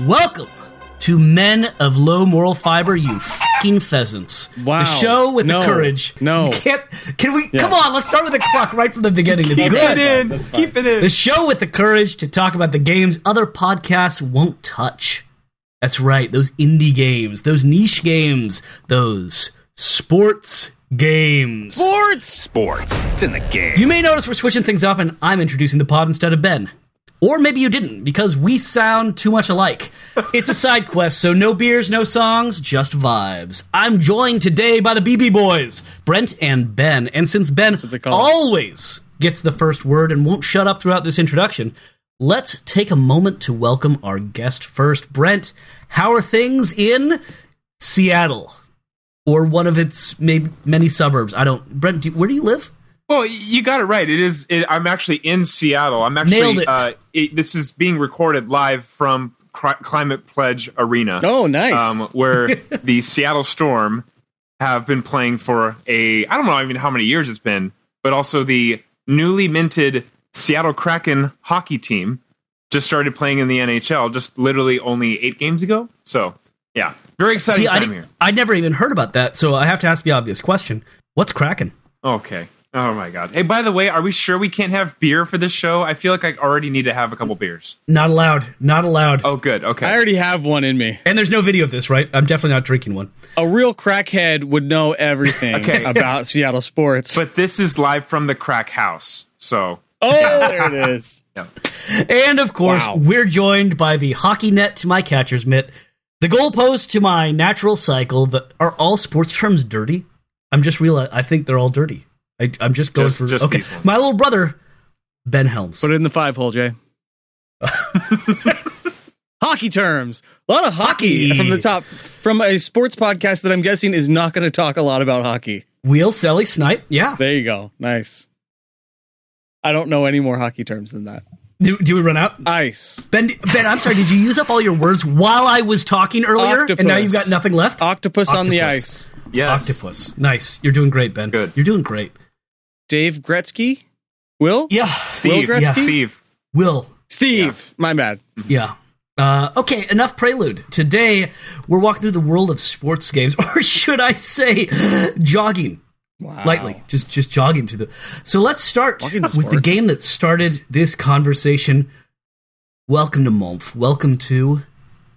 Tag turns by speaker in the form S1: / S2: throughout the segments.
S1: Welcome to Men of Low Moral Fiber, you fucking pheasants.
S2: Wow.
S1: The show with
S2: No.
S1: the courage.
S2: No.
S1: You can't, can we? Come on, let's start with the clock right from the beginning. It's
S3: Keep
S1: good.
S3: it in. Keep it in.
S1: The show with the courage to talk about the games other podcasts won't touch. That's right, those indie games, those niche games, those sports games.
S2: Sports.
S4: Sports. It's in the game.
S1: You may notice we're switching things up and I'm introducing the pod instead of Ben. Or maybe you didn't, because we sound too much alike. It's a side quest, so no beers, no songs, just vibes. I'm joined today by the BB Boys, Brent and Ben. And since Ben
S2: what they call it.
S1: always gets the first word and won't shut up throughout this introduction, let's take a moment to welcome our guest first. Brent, how are things in Seattle? Or one of its maybe many suburbs. I don't. Brent, do, where do you live?
S3: Well, y- you got it right. It is. It, I'm actually in Seattle. I'm actually.
S1: Nailed it.
S3: Uh, it- this is being recorded live from Cri- Climate Pledge Arena.
S2: Oh, nice.
S3: Um, where the Seattle Storm have been playing for a I don't know even how many years it's been, but also the newly minted Seattle Kraken hockey team just started playing in the NHL just literally only eight games ago. So yeah, very exciting
S1: See, I,
S3: time
S1: di-
S3: here.
S1: I never even heard about that, so I have to ask the obvious question: What's cracking?
S3: Okay. Oh my god. Hey, by the way, are we sure we can't have beer for this show? I feel like I already need to have a couple beers.
S1: Not allowed. Not allowed.
S3: Oh, good. Okay.
S2: I already have one in me.
S1: And there's no video of this, right? I'm definitely not drinking one.
S2: A real crackhead would know everything
S3: Okay.
S2: about Seattle sports.
S3: but this is live from the crack house. So
S2: oh, there it is.
S1: And of course,
S2: Wow.
S1: we're joined by the hockey net to my catcher's mitt, the goalpost to my natural cycle. That are all sports terms dirty? I'm just realizing. I think they're all dirty. I, I'm just going
S3: Just-
S1: for
S3: just
S1: okay.
S3: these ones.
S1: My little brother, Ben Helms.
S2: Put it in the five hole, Jay. hockey terms. A lot of hockey,
S1: Hockey.
S2: from the top. From a sports podcast that I'm guessing is not going to talk a lot about hockey.
S1: Wheel Sally Snipe. Yeah.
S2: There you go. Nice. I don't know any more hockey terms than that.
S1: Do, do we run out?
S2: Ice.
S1: Ben, Ben, I'm sorry. Did you use up all your words while I was talking earlier, and now
S2: Octopus.
S1: you've got nothing left?
S2: Octopus, on the
S1: Octopus.
S2: ice.
S3: yes.
S1: Octopus. Nice. You're doing great, Ben.
S3: Good.
S1: You're doing great.
S2: Dave Gretzky? Will?
S1: Yeah.
S3: Steve.
S2: Will
S1: Gretzky?
S3: Steve.
S1: Will.
S2: Steve. My bad.
S1: Yeah. Uh, okay, enough prelude. Today, we're walking through the world of sports games, or should I say, jogging.
S2: Wow.
S1: Lightly, just just jogging through the. So let's start
S2: Jogging's a
S1: with the
S2: sport.
S1: game that started this conversation. Welcome to Monf. Welcome to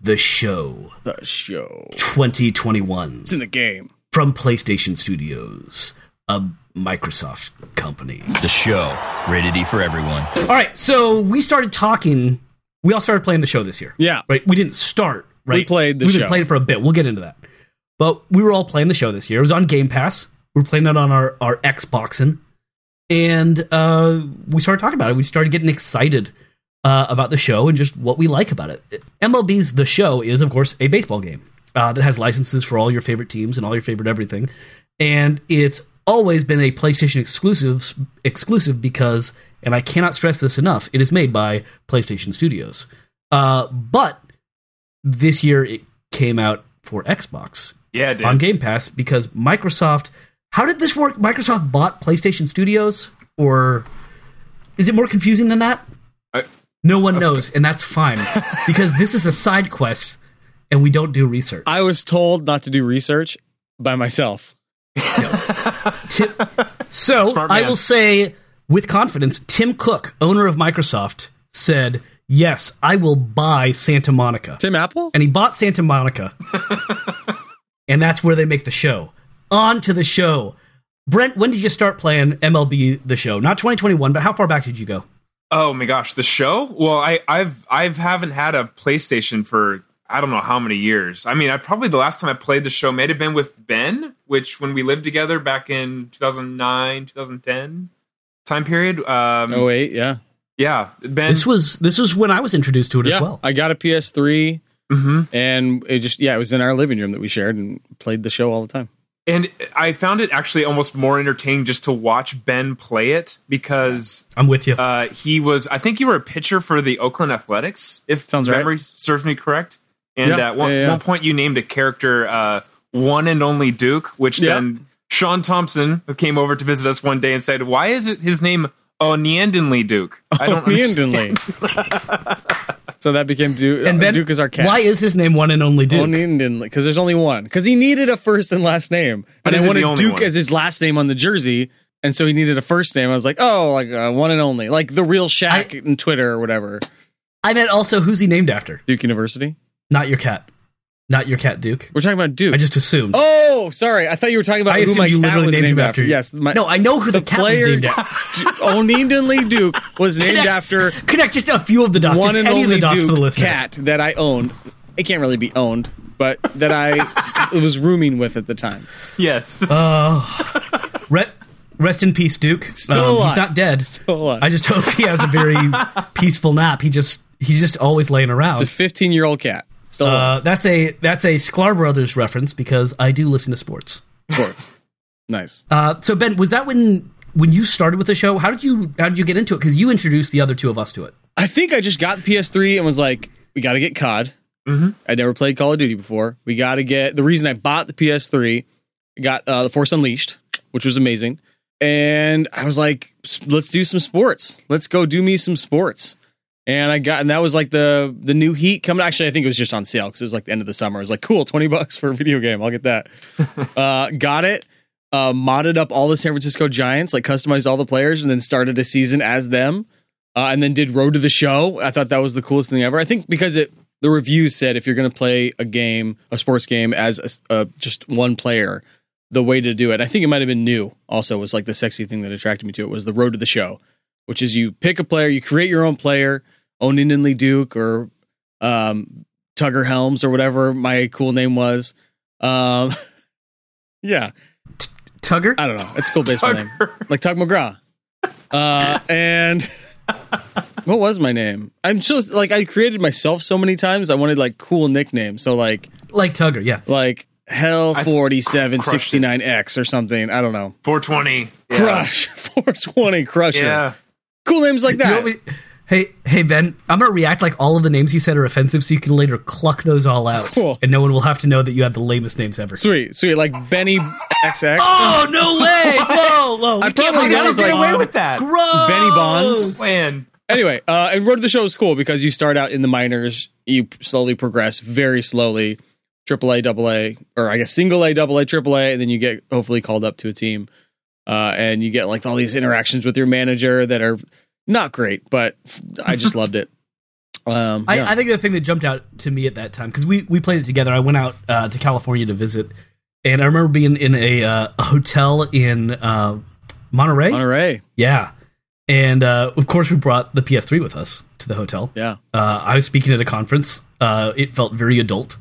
S1: the show
S2: The show.
S1: 2021.
S2: It's in the game.
S1: from PlayStation Studios, a Microsoft company.
S4: The show. Rated E for everyone.
S1: All right, so we started talking. We all started playing the show this year.
S2: Yeah.
S1: Right? We didn't start, right?
S2: played the
S1: We've
S2: show.
S1: been playing it for a bit. We'll get into that. But we were all playing the show this year. It was on Game Pass. We were playing it on our, our Xboxing. And uh, we started talking about it. We started getting excited uh, about the show and just what we like about it. MLB's The Show is, of course, a baseball game uh, that has licenses for all your favorite teams and all your favorite everything. And it's always been a PlayStation exclusive, exclusive because, and I cannot stress this enough, it is made by PlayStation Studios. Uh, but this year it came out for Xbox
S3: Yeah, dude.
S1: on Game Pass because Microsoft. How did this work? Microsoft bought PlayStation Studios, or is it more confusing than that?
S3: I-
S1: no one knows, and that's fine because this is a side quest, and we don't do research.
S2: I was told not to do research by myself.
S1: Tim- so
S3: Smart
S1: I
S3: man.
S1: will say with confidence, Tim Cook, owner of Microsoft, said, "Yes, I will buy Santa Monica."
S2: Tim Apple?
S1: and he bought Santa Monica. and that's where they make the show. On to the show. Brent, when did you start playing MLB the show? Not 2021, but how far back did you go?
S3: Oh my gosh, the show? Well, I, I've I've haven't had a PlayStation for I don't know how many years. I mean, I probably the last time I played the show may have been with Ben, which when we lived together back in 2009, 2010 time period. Um,
S2: Oh wait, yeah.
S3: yeah, Ben.
S1: This was this was when I was introduced to it
S2: Yeah.
S1: as well. Mm-hmm.
S2: I got a PS3
S3: Mhm.
S2: and it just yeah, it was in our living room that we shared and played the show all the time.
S3: and I found it actually almost more entertaining just to watch Ben play it because
S1: I'm with you.
S3: uh, he was I think you were a pitcher for the Oakland Athletics, if
S2: Sounds right.
S3: memory serves me correct. And
S2: Yeah,
S3: at one,
S2: yeah, yeah.
S3: one point you named a character uh, one and only Duke, which
S2: Yeah.
S3: then Sean Thompson who came over to visit us one day and said, Why is it his name Onyandinley Duke? I don't understand.
S2: Meandinly. So that became Duke.
S1: And Ben,
S2: Duke is our cat.
S1: why is his name one and only Duke?
S2: Only didn't because there's only one because he needed a first and last name,
S3: But
S2: and I
S3: is it the
S2: wanted
S3: only
S2: Duke
S3: one?
S2: as his last name on the jersey, and so he needed a first name. I was like, oh, like uh, one and only, like the real Shaq in Twitter or whatever.
S1: I meant also who's he named after?
S2: Duke University.
S1: Not your cat, not your cat Duke.
S2: We're talking about Duke.
S1: I just assumed.
S2: oh, sorry, I thought you were talking about
S1: I
S2: who
S1: assumed
S2: my
S1: you
S2: cat
S1: literally
S2: was
S1: named him
S2: named
S1: after
S2: after.
S1: you.
S2: Yes, my,
S1: no, I know who the, cat was named after.
S2: Onindinley Duke was named
S1: Connect-
S2: after
S1: connect just a few of the dots,
S2: one
S1: just
S2: and
S1: any of the
S2: only
S1: dots for the
S2: Duke
S1: listener.
S2: cat that I owned. It can't really be owned, but that I was rooming with at the time.
S3: Yes.
S1: Re- rest in peace, Duke. Um,
S2: Still
S1: He's
S2: alive.
S1: not dead.
S2: Still alive.
S1: I just hope he has a very peaceful nap. He just he's just always laying
S2: The
S1: around.
S2: 15 year old cat. Still
S1: Uh, that's a that's a Sklar Brothers reference because I do listen to sports.
S2: of course. nice.
S1: Uh, so Ben, was that when when you started with the show? How did you how did you get into it? Because you introduced the other two of us to it.
S2: I think I just got the PS3 and was like, we got to get COD.
S3: Mhm.
S2: I never played Call of Duty before. We got to get the reason I bought the PS3. I got uh, the Force Unleashed, which was amazing, and I was like, "S- let's do some sports. Let's go do me some sports. And I got, and that was like the the new heat coming. Actually, I think it was just on sale because it was like the end of the summer. I was like, cool, twenty bucks for a video game. I'll get that. uh, got it. Uh, modded up all the San Francisco Giants, like customized all the players, and then started a season as them uh, and then did Road to the Show. I thought that was the coolest thing ever. I think because it the reviews said if you're going to play a game, a sports game as a s- uh, just one player, the way to do it. I think it might have been new. Also, was like the sexy thing that attracted me to it was the Road to the Show, which is you pick a player, you create your own player, Onindinley Duke or um, Tugger Helms or whatever my cool name was. Um, yeah,
S1: Tugger.
S2: I don't know. It's a cool baseball name. Like Tug McGraw. Uh, and what was my name? I'm so like I created myself so many times. I wanted like cool nicknames. So like
S1: like Tugger, yeah.
S2: like Hell
S3: I
S2: forty seven
S3: crushed
S2: sixty
S3: it.
S2: nine X or something. I don't know.
S3: 420. Yeah.
S2: Crush four twenty Crusher.
S3: Yeah.
S2: Cool names like
S1: You
S2: that.
S1: want me- hey, hey Ben, I'm gonna react like all of the names you said are offensive, so you can later cluck those all out,
S2: Cool.
S1: and no one will have to know that you had the lamest names ever.
S2: sweet, sweet. Like Benny XX.
S1: Oh no way! no, no, we
S2: I
S1: can't
S2: probably
S1: believe
S2: got
S1: that
S2: it
S1: is
S2: like-
S1: like,
S3: away with that.
S1: Gross.
S2: Benny Bonds.
S3: Man.
S2: anyway, uh, and Road to the Show is cool because you start out in the minors, you slowly progress very slowly, triple A, double A, or I guess single A, double A, triple A, and then you get hopefully called up to a team. Uh, and you get like all these interactions with your manager that are not great, but f- I just loved it. Um,
S1: I,
S2: yeah.
S1: I think the thing that jumped out to me at that time because we we played it together. I went out uh, to California to visit, and I remember being in a, uh, a hotel in uh, Monterey.
S2: Monterey,
S1: Yeah, and uh, of course we brought the PS3 with us to the hotel.
S2: yeah,
S1: Uh, I was speaking at a conference. Uh, it felt very adult,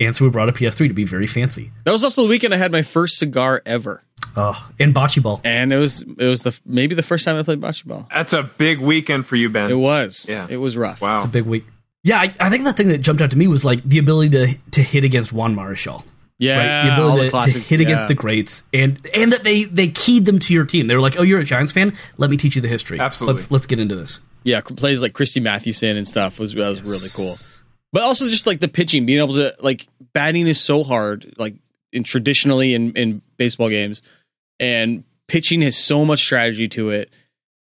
S1: and so we brought a PS3 to be very fancy.
S2: that was also the weekend I had my first cigar ever,
S1: Oh, and bocce ball.
S2: and it was it was the maybe the first time I played bocce ball.
S3: That's a big weekend for you, Ben.
S2: It was,
S3: Yeah.
S2: it was rough.
S1: It's
S3: wow.
S1: a big week. Yeah, I, I think the thing that jumped out to me was like the ability to to hit against Juan Marichal.
S2: yeah,
S1: right? The
S2: all
S1: ability
S2: the
S1: to,
S2: classic
S1: to hit
S2: yeah.
S1: against the greats, and and that they they keyed them to your team. They were like, "Oh, you're a Giants fan. Let me teach you the history.
S3: Absolutely.
S1: let's let's get into this."
S2: yeah, c- plays like Christy Mathewson and stuff was that was really cool. But also just like the pitching, being able to like batting is so hard, like in traditionally in in baseball games, and pitching has so much strategy to it.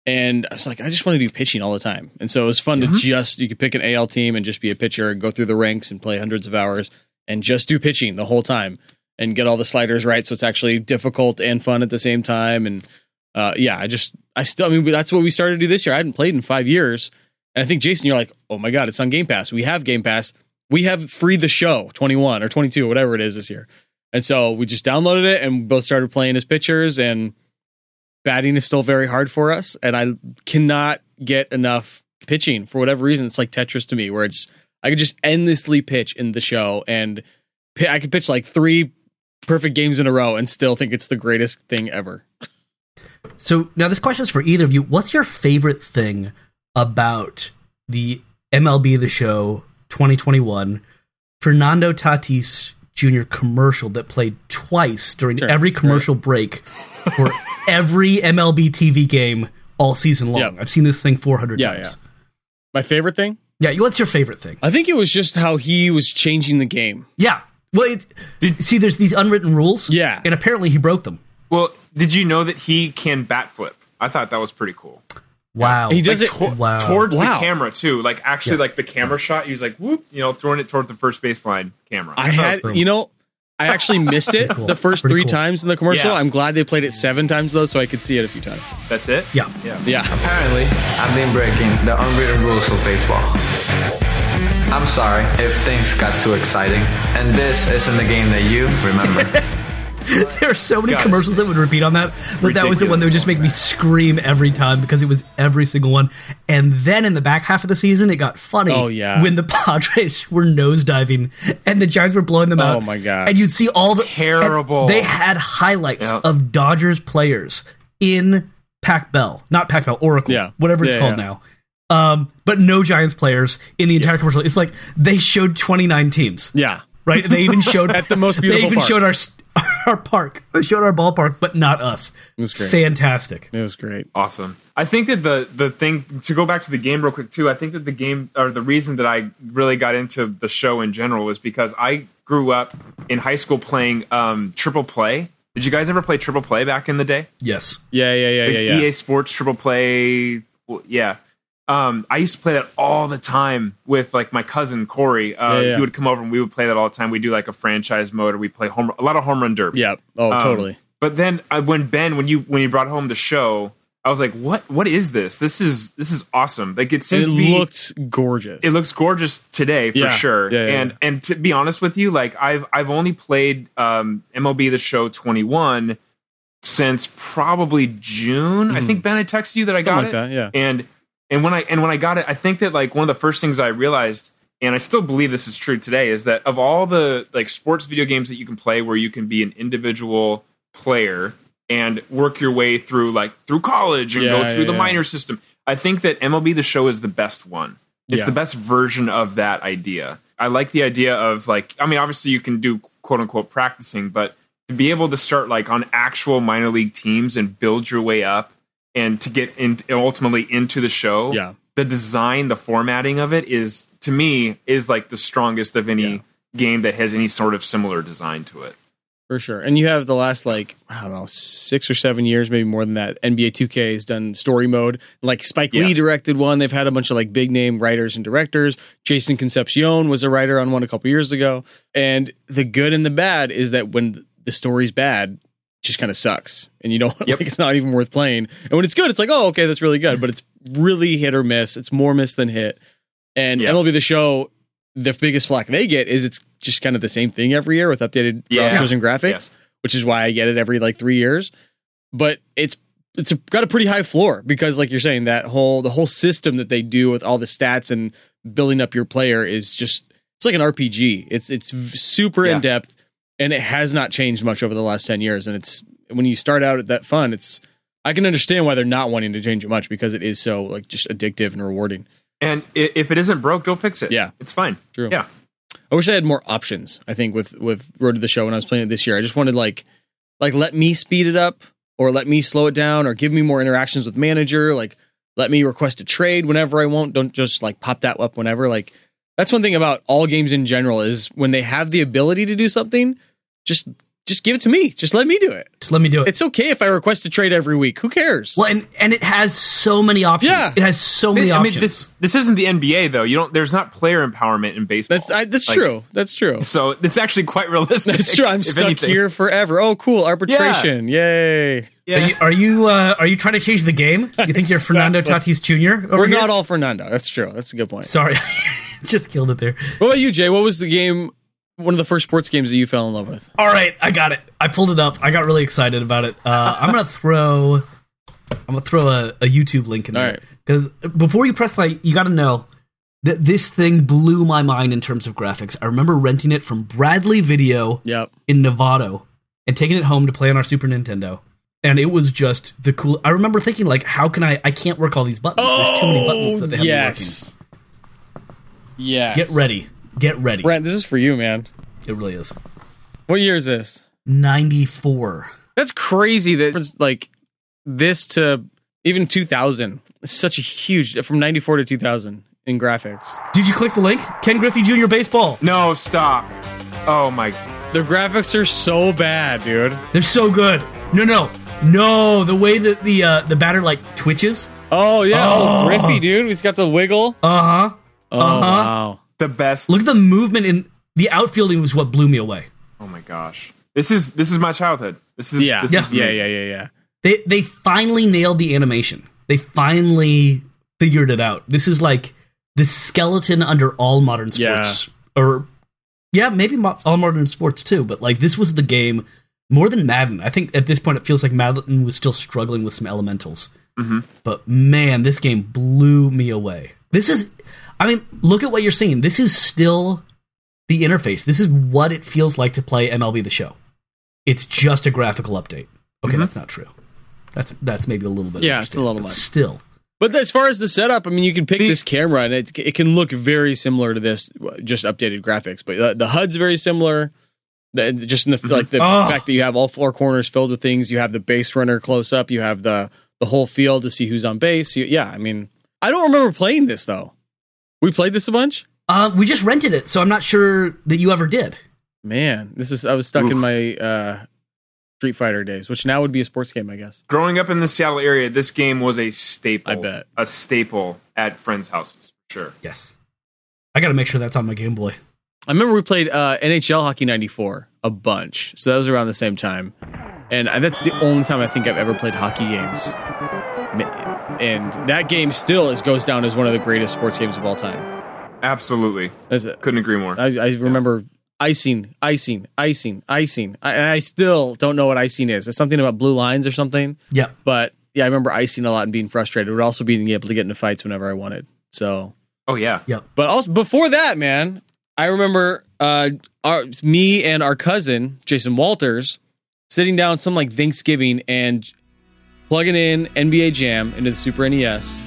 S2: And I was like, I just want to do pitching all the time, and so it was fun to just you could pick an AL team and just be a pitcher and go through the ranks and play hundreds of hours and just do pitching the whole time and get all the sliders right, so it's actually difficult and fun at the same time. And uh, yeah, I just, I still, I mean, that's what we started to do this year. I hadn't played in five years. And I think, Jason, you're like, oh my God, it's on Game Pass. We have Game Pass. We have free the show 21 or 22, whatever it is this year. And so we just downloaded it and both started playing as pitchers. And batting is still very hard for us. And I cannot get enough pitching for whatever reason. It's like Tetris to me, where it's, I could just endlessly pitch in the show and pi- I could pitch like three perfect games in a row and still think it's the greatest thing ever.
S1: So now this question is for either of you. What's your favorite thing about the MLB The Show 2021 Fernando Tatis Jr. commercial that played twice during
S2: Sure,
S1: every commercial break for every MLB TV game all season long?
S2: Yeah.
S1: I've seen this thing 400
S2: Yeah,
S1: times.
S2: My favorite thing?
S1: Yeah. you what's your favorite thing?
S2: I think it was just how he was changing the game.
S1: Yeah. Well, it's, see, there's these unwritten rules.
S2: Yeah.
S1: and apparently he broke them.
S3: Well, did you know that he can bat flip? I thought that was pretty cool.
S1: Wow.
S2: He does
S3: Like,
S2: it.
S3: to-
S1: Oh. wow.
S3: towards
S2: Wow.
S3: the camera too. Like actually,
S1: Yeah.
S3: like the camera shot. He was like, whoop, you know, throwing it toward the first baseline camera.
S2: I had,
S1: Boom.
S2: you know, I actually missed it
S1: cool.
S2: the first
S1: Pretty
S2: three
S1: cool.
S2: times in the commercial.
S3: Yeah.
S2: I'm glad they played it seven times though, so I could see it a few times.
S3: That's it.
S1: Yeah.
S3: yeah.
S2: Yeah,
S5: Apparently, I've been breaking the unwritten rules of baseball. I'm sorry if things got too exciting, and this isn't the game that you remember.
S1: There are so many
S3: Got it.
S1: commercials that would repeat on that, but that was the one that would just make me scream every time because it was every single one. And then in the back half of the season, it got funny.
S2: Oh, yeah.
S1: when the Padres were nosediving and the Giants were blowing them out.
S2: Oh, my God.
S1: And you'd see all the
S3: Terrible.
S1: and They had highlights
S3: Yep.
S1: of Dodgers players in Pac Bell, not Pac Bell Oracle,
S2: Yeah.
S1: whatever it's
S2: Yeah,
S1: called
S2: yeah.
S1: now. Um, but no Giants players in the entire commercial. It's like they showed 29 teams
S2: yeah.
S1: right? They even showed
S2: At the most
S1: They
S2: beautiful
S1: even
S2: park.
S1: showed our st- our park. They showed our ballpark, but not us. It
S2: was great.
S1: Fantastic.
S2: It was great.
S3: Awesome. I think that the the thing to go back to the game real quick too. I think that the game or the reason that I really got into the show in general was because I grew up in high school playing um, triple play. Did you guys ever play triple play back in the day?
S1: Yes.
S2: Yeah, yeah, yeah, yeah, yeah.
S3: EA E Sports Triple Play. well, Yeah. Um, I used to play that all the time with like my cousin Corey. Uh,
S2: Yeah, yeah.
S3: He would come over and we would play that all the time. We do like a franchise mode or we play home a lot of home run derby.
S2: yeah. Oh,
S3: Um,
S2: totally.
S3: But then I, when Ben, when you when you brought home the show, I was like, what What is this? This is this is awesome. Like it
S2: And
S3: seems
S2: it
S3: to be
S2: looked gorgeous.
S3: it looks gorgeous today for
S2: Yeah.
S3: sure.
S2: Yeah, yeah,
S3: and and to be honest with you, like I've I've only played um, MLB The Show 21 since probably June. I think Ben, I texted you that I got
S2: Hmm. like
S3: it.
S2: that, yeah.
S3: And and when I and when I got it, I think that like one of the first things I realized, and I still believe this is true today, is that of all the like sports video games that you can play, where you can be an individual player and work your way through like through college and
S2: Yeah,
S3: go through
S2: yeah,
S3: the
S2: yeah.
S3: minor system. I think that MLB The Show is the best one. It's
S2: Yeah.
S3: the best version of that idea. I like the idea of like I mean obviously you can do quote unquote practicing, but to be able to start like on actual minor league teams and build your way up and to get in and ultimately into the show.
S2: Yeah.
S3: The design, the formatting of it is to me is like the strongest of any
S2: Yeah.
S3: game that has any sort of similar design to it.
S2: For sure. And you have the last like, I don't know, six or seven years, maybe more than that, NBA 2K has done story mode. Like Spike
S3: Yeah.
S2: Lee directed one. They've had a bunch of like big name writers and directors. Jason Concepcion was a writer on one a couple years ago. And the good and the bad is that when the story's bad, it just kind of sucks. And you don't like it's not even worth playing. And when it's good, it's like, oh, okay, that's really good. But it's really hit or miss. It's more miss than hit. And
S3: Yeah.
S2: MLB the show the biggest flack they get is it's just kind of the same thing every year with updated
S3: Yeah.
S2: rosters and graphics, which is why I get it every like three years. But it's it's got a pretty high floor because, like you're saying, that whole the whole system that they do with all the stats and building up your player is just it's like an RPG. It's it's v- super
S3: Yeah.
S2: in depth and it has not changed much over the last ten years. And it's when you start out at that fun, it's I can understand why they're not wanting to change it much because it is so like just addictive and rewarding.
S3: And i- if it isn't broke, don't fix it.
S2: Yeah.
S3: It's fine.
S2: True.
S3: Yeah.
S2: I wish I had more options. I think with with Road to the Show when I was playing it this year, I just wanted like like let me speed it up or let me slow it down or give me more interactions with manager. Like let me request a trade whenever I want. Don't just like pop that up whenever. Like that's one thing about all games in general is when they have the ability to do something, just just give it to me. Just let me do it.
S1: Just let me do it.
S2: It's okay if I request a trade every week. Who cares?
S1: well, and, and it has so many options.
S2: Yeah.
S1: It has so many
S3: I
S1: options.
S3: mean, this this isn't the NBA though. You don't. There's not player empowerment in baseball.
S2: that's I, that's
S3: Like,
S2: true. That's true.
S3: So it's actually quite realistic.
S2: That's true. I'm
S3: if
S2: stuck
S3: anything.
S2: here forever. Oh, cool. Arbitration. Yay.
S1: Are you are you, uh, are you trying to change the game? You think you're Fernando Tatis Jr. over
S2: We're
S1: here?
S2: not all Fernando. That's true. That's a good point.
S1: Sorry, just killed it there.
S2: What about you, Jay? What was the game? One of the first sports games that you fell in love with?
S1: All right, I got it. I pulled it up. I got really excited about it. Uh, I'm gonna throw, I'm gonna throw a, a YouTube link in
S2: All
S1: there
S2: right.
S1: because before you press play, you got to know that this thing blew my mind in terms of graphics. I remember renting it from Bradley Video
S2: Yep.
S1: in Novato and taking it home to play on our Super Nintendo, and it was just the cool. I remember thinking like, how can I? I can't work all these buttons. There's too many buttons that they have me
S2: Oh, yes. Yes.
S1: working. Get ready. Get ready.
S2: Brent. This is for you, man.
S1: It really is.
S2: What year is this?
S1: 94.
S2: That's crazy. That like this to even 2000. It's such a huge from 94 to 2000 in graphics.
S1: Did you click the link? Ken Griffey Jr. Baseball.
S3: No, stop. Oh my.
S2: The graphics are so bad, dude.
S1: They're so good. No, no, no. The way that the uh, the batter like twitches
S2: Oh yeah, oh,
S1: Oh.
S2: Griffey, dude, he's got the wiggle.
S1: Uh huh.
S2: Oh
S1: Uh-huh.
S2: wow,
S3: The best.
S1: Look at the movement in the outfielding was what blew me away.
S3: Oh my gosh. This is this is my childhood. This is
S2: yeah,
S3: This
S2: yeah,
S3: is
S2: yeah,
S3: amazing.
S2: yeah, yeah.
S1: They they finally nailed the animation. They finally figured it out. This is like the skeleton under all modern sports, or yeah, maybe mo- all modern sports too. But like this was the game more than Madden. I think at this point it feels like Madden was still struggling with some elementals. But man, this game blew me away. This is, I mean, look at what you're seeing. This is still the interface. This is what it feels like to play MLB The Show. It's just a graphical update. Okay, that's not true. That's that's maybe a little bit.
S2: Mm-hmm. Yeah, it's a
S1: understatement,
S2: little
S1: but
S2: much.
S1: Still,
S2: But as far as the setup, I mean, you can pick this camera, and it it can look very similar to this, just updated graphics. But uh, the, the HUD's very similar. The, just in the like the
S1: Oh.
S2: fact that you have all four corners filled with things. You have the base runner close up. You have the the whole field to see who's on base. You, yeah, I mean, I don't remember playing this though. We played this a bunch.
S1: uh, we just rented it, so I'm not sure that you ever did.
S2: Man, this is I was stuck in my uh Street Fighter days, which now would be a sports game, I guess.
S3: Growing up in the Seattle area, this game was a staple.
S2: I bet.
S3: A staple at friends' houses, for sure.
S1: Yes, I got to make sure that's on my Game Boy.
S2: I remember we played uh NHL Hockey 94 a bunch. So that was around the same time. And I- that's the only time I think I've ever played hockey games. Ma- And that game still is goes down as one of the greatest sports games of all time.
S3: Absolutely.
S2: That's it.
S3: Couldn't agree more.
S2: I, I remember icing, icing, icing, icing. I, and I still don't know what icing is. It's something about blue lines or something.
S1: Yeah,
S2: But yeah, I remember icing a lot and being frustrated, but also being able to get into fights whenever I wanted. So,
S3: oh yeah.
S1: yeah.
S2: but also before that, man, I remember uh, our, me and our cousin Jason Walters sitting down some like Thanksgiving and plugging in NBA Jam into the Super NES,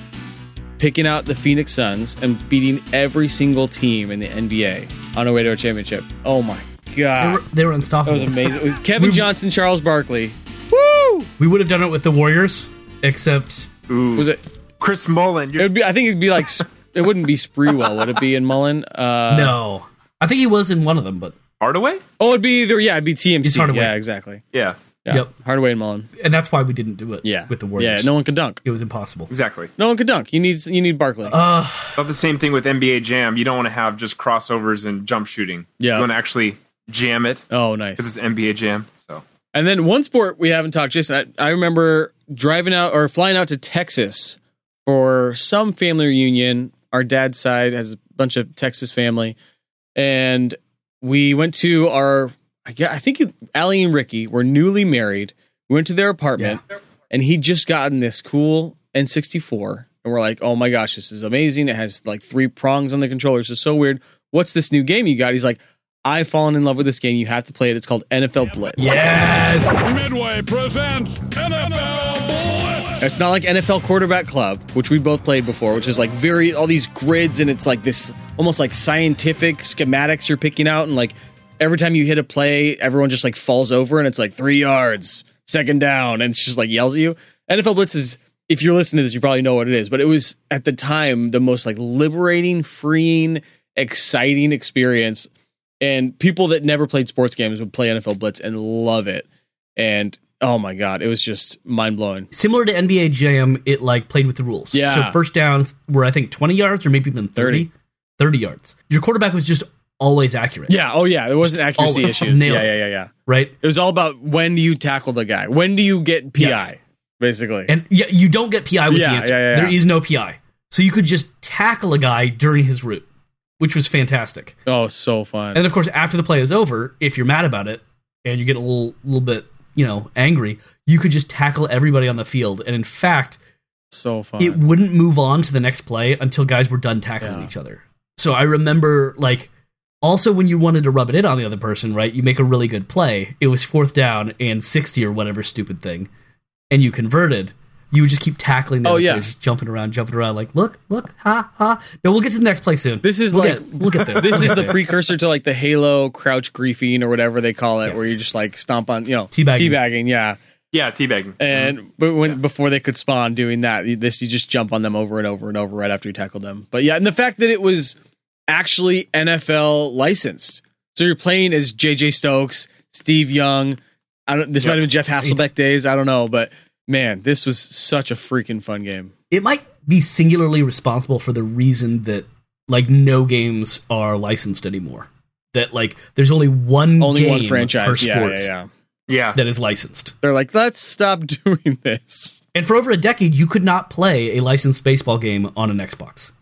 S2: picking out the Phoenix Suns and beating every single team in the NBA on our way to a championship. Oh my
S1: They
S2: god,
S1: were, they were
S2: that
S1: unstoppable.
S2: was amazing! Kevin Johnson, Charles Barkley,
S1: We would have done it with the Warriors, except
S3: Ooh.
S2: was it?
S3: Chris Mullen,
S2: It
S3: you're
S2: would be. I think it'd be like. Sp- It wouldn't be Spreewell, would it be in Mullen? Uh,
S1: no. I think he was in one of them, but
S3: Hardaway?
S2: Oh, it'd be either. Yeah, it'd be TMC.
S1: It's Hardaway.
S2: Yeah, exactly.
S3: Yeah.
S2: Yeah.
S1: Yep.
S2: Hardaway and Mullen.
S1: and that's why we didn't do it.
S2: Yeah.
S1: with the Warriors.
S2: Yeah, no one can dunk.
S1: it was impossible.
S3: Exactly.
S2: No one can dunk. You need you need Barkley.
S1: Uh,
S3: About the same thing with NBA Jam. You don't want to have just crossovers and jump shooting.
S2: Yeah.
S3: You want to actually jam it
S2: oh,
S3: because
S2: nice.
S3: it's NBA Jam. So
S2: And then one sport we haven't talked. Jason, I, I remember driving out or flying out to Texas for some family reunion. Our dad's side has a bunch of Texas family, and we went to our. I gue- I think Allie and Ricky were newly married. We went to their apartment, and he just gotten this cool N64. And we're like, oh my gosh, this is amazing. It has like three prongs on the controller. This is so weird. What's this new game you got? He's like, I've fallen in love with this game. You have to play it. It's called NFL Blitz.
S1: Yes,
S6: Midway presents NFL Blitz.
S2: It's not like NFL Quarterback Club, which we both played before, which is like very all these grids and it's like this almost like scientific schematics you're picking out and like every time you hit a play, everyone just like falls over and it's like 3 yards, second down and it's just like yells at you. NFL Blitz is if you're listening to this, you probably know what it is, but it was at the time the most like liberating, freeing, exciting experience and people that never played sports games would play NFL Blitz and love it. And oh my god, it was just mind-blowing.
S1: similar to NBA Jam, it like played with the rules.
S2: Yeah.
S1: So first downs were I think twenty yards or maybe even 30, 30. yards. Your quarterback was just always accurate.
S2: Yeah. Oh, yeah. There wasn't accuracy
S1: always
S2: issues.
S1: nail
S2: Yeah,
S1: it.
S2: yeah, yeah, yeah.
S1: Right.
S2: It was all about when do you tackle the guy? When do you get PI?
S1: Yes.
S2: Basically.
S1: And yeah, you don't get PI was
S2: Yeah,
S1: the answer.
S2: yeah, yeah,
S1: There
S2: yeah.
S1: is no PI, so you could just tackle a guy during his route, which was fantastic.
S2: oh, so fun.
S1: And of course, after the play is over, if you're mad about it and you get a little little bit, you know, angry, you could just tackle everybody on the field. And in fact,
S2: so fun.
S1: it wouldn't move on to the next play until guys were done tackling
S2: Yeah.
S1: each other. So I remember like also when you wanted to rub it in on the other person, right? You make a really good play. It was fourth down and 60 or whatever stupid thing and you converted. You would just keep tackling them.
S2: Oh, yeah.
S1: Just jumping around, jumping around, like, look, look, ha, ha. No, we'll get to the next play soon.
S2: This is
S1: We'll
S2: like-
S1: get- we'll get there.
S2: this
S1: We'll
S2: is
S1: get
S2: the
S1: there.
S2: precursor to like the Halo crouch griefing or whatever they call it, where you
S1: Yes.
S2: just like stomp on, you know,
S1: Teabagging.
S2: teabagging yeah.
S3: yeah, teabagging.
S1: Uh-huh.
S2: And but when before they could spawn doing that, you- this you just jump on them over and over and over right after you tackle them. But yeah, and the fact that it was actually NFL licensed, so you're playing as JJ Stokes, Steve Young. I don't. This might have been Jeff Hasselbeck days. I don't know, but Man, this was such a freaking fun game.
S1: It might be singularly responsible for the reason that like no games are licensed anymore. That like there's only one
S2: Only one
S1: game per
S2: franchise.
S1: sport
S2: Yeah, yeah, yeah.
S3: Yeah.
S1: that is licensed.
S2: They're like, let's stop doing this.
S1: And for over a decade, you could not play a licensed baseball game on an Xbox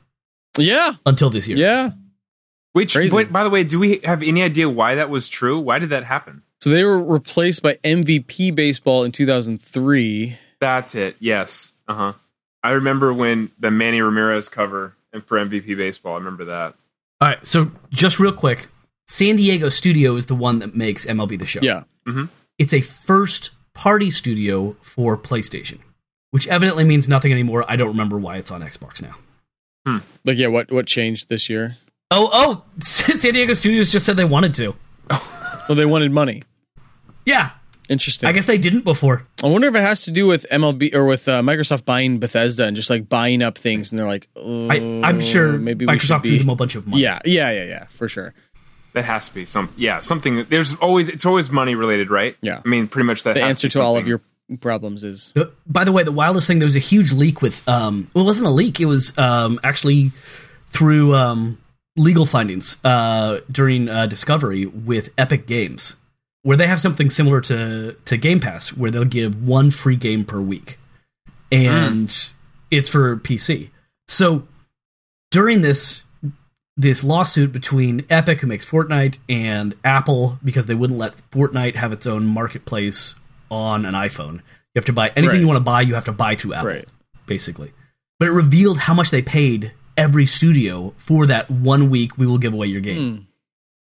S2: Yeah,
S1: until this year.
S2: yeah.
S3: Which,
S2: Crazy.
S3: wait, by the way, do we have any idea why that was true? Why did that happen?
S2: So they were replaced by MVP baseball in 2003.
S3: That's it. Yes. Uh huh. I remember when the Manny Ramirez cover and for MVP baseball. I remember that.
S1: All right. So just real quick, San Diego Studio is the one that makes MLB the Show.
S2: Yeah.
S1: It's a first party studio for PlayStation, which evidently means nothing anymore. I don't remember why it's on Xbox now.
S2: Like, yeah, what, what changed this year?
S1: Oh, oh, San Diego Studios just said they wanted to.
S2: Well, Oh, they wanted money.
S1: Yeah.
S2: Interesting.
S1: I guess they didn't before.
S2: I wonder if it has to do with MLB or with uh, Microsoft buying Bethesda and just like buying up things, and they're like,
S1: I, I'm
S2: "Oh,
S1: sure
S2: we should
S1: Microsoft
S2: be-"
S1: threw them a bunch of money.
S2: Yeah, yeah, yeah, yeah, for sure.
S3: That has to be some. Yeah, something. There's always. It's always money related, right?
S2: Yeah.
S3: I mean, pretty much that.
S2: The
S3: has
S2: answer
S3: be
S2: to all of
S3: something.
S2: your problems is
S1: The- By the way, the wildest thing there was a huge leak with um well it wasn't a leak, it was um actually through um legal findings uh during uh discovery with Epic Games where they have something similar to to Game Pass where they'll give one free game per week. And it's for PC. So during this this lawsuit between Epic, who makes Fortnite, and Apple because they wouldn't let Fortnite have its own marketplace on an iPhone. You have to buy anything
S2: Right.
S1: you want to buy. You have to buy through Apple,
S2: Right.
S1: basically. But it revealed how much they paid every studio for that one week. We will give away your game.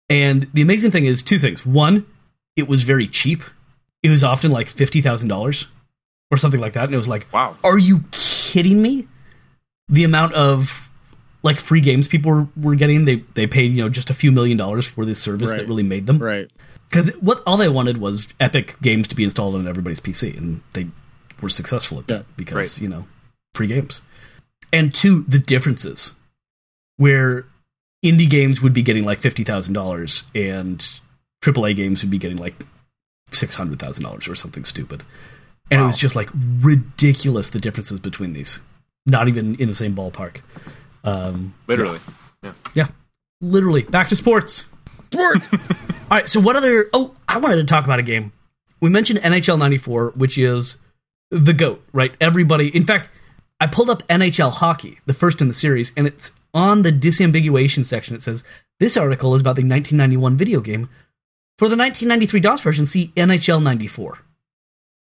S2: Hmm.
S1: And the amazing thing is two things. One, it was very cheap. It was often like fifty thousand dollars or something like that. And it was like,
S3: Wow.
S1: are you kidding me? The amount of like free games people were, were getting, they they paid you know just a few million dollars for this service that
S2: Right.
S1: really made them.
S2: right.
S1: Because what all they wanted was Epic games to be installed on everybody's PC, and they were successful at that
S2: Yeah,
S1: because
S3: right.
S1: you know free games. And two, the differences where indie games would be getting like fifty thousand dollars, and AAA games would be getting like six hundred thousand dollars or something stupid. And it was just like ridiculous the differences between these. Not even in the same ballpark. Um,
S3: Literally.
S1: yeah, literally back to sports.
S2: Sports.
S1: All right, so what other? Oh, I wanted to talk about a game. We mentioned NHL '94, which is the goat, right? Everybody. In fact, I pulled up NHL hockey, the first in the series, and it's on the disambiguation section. It says this article is about the 1991 video game. For the 1993 DOS version, see NHL '94.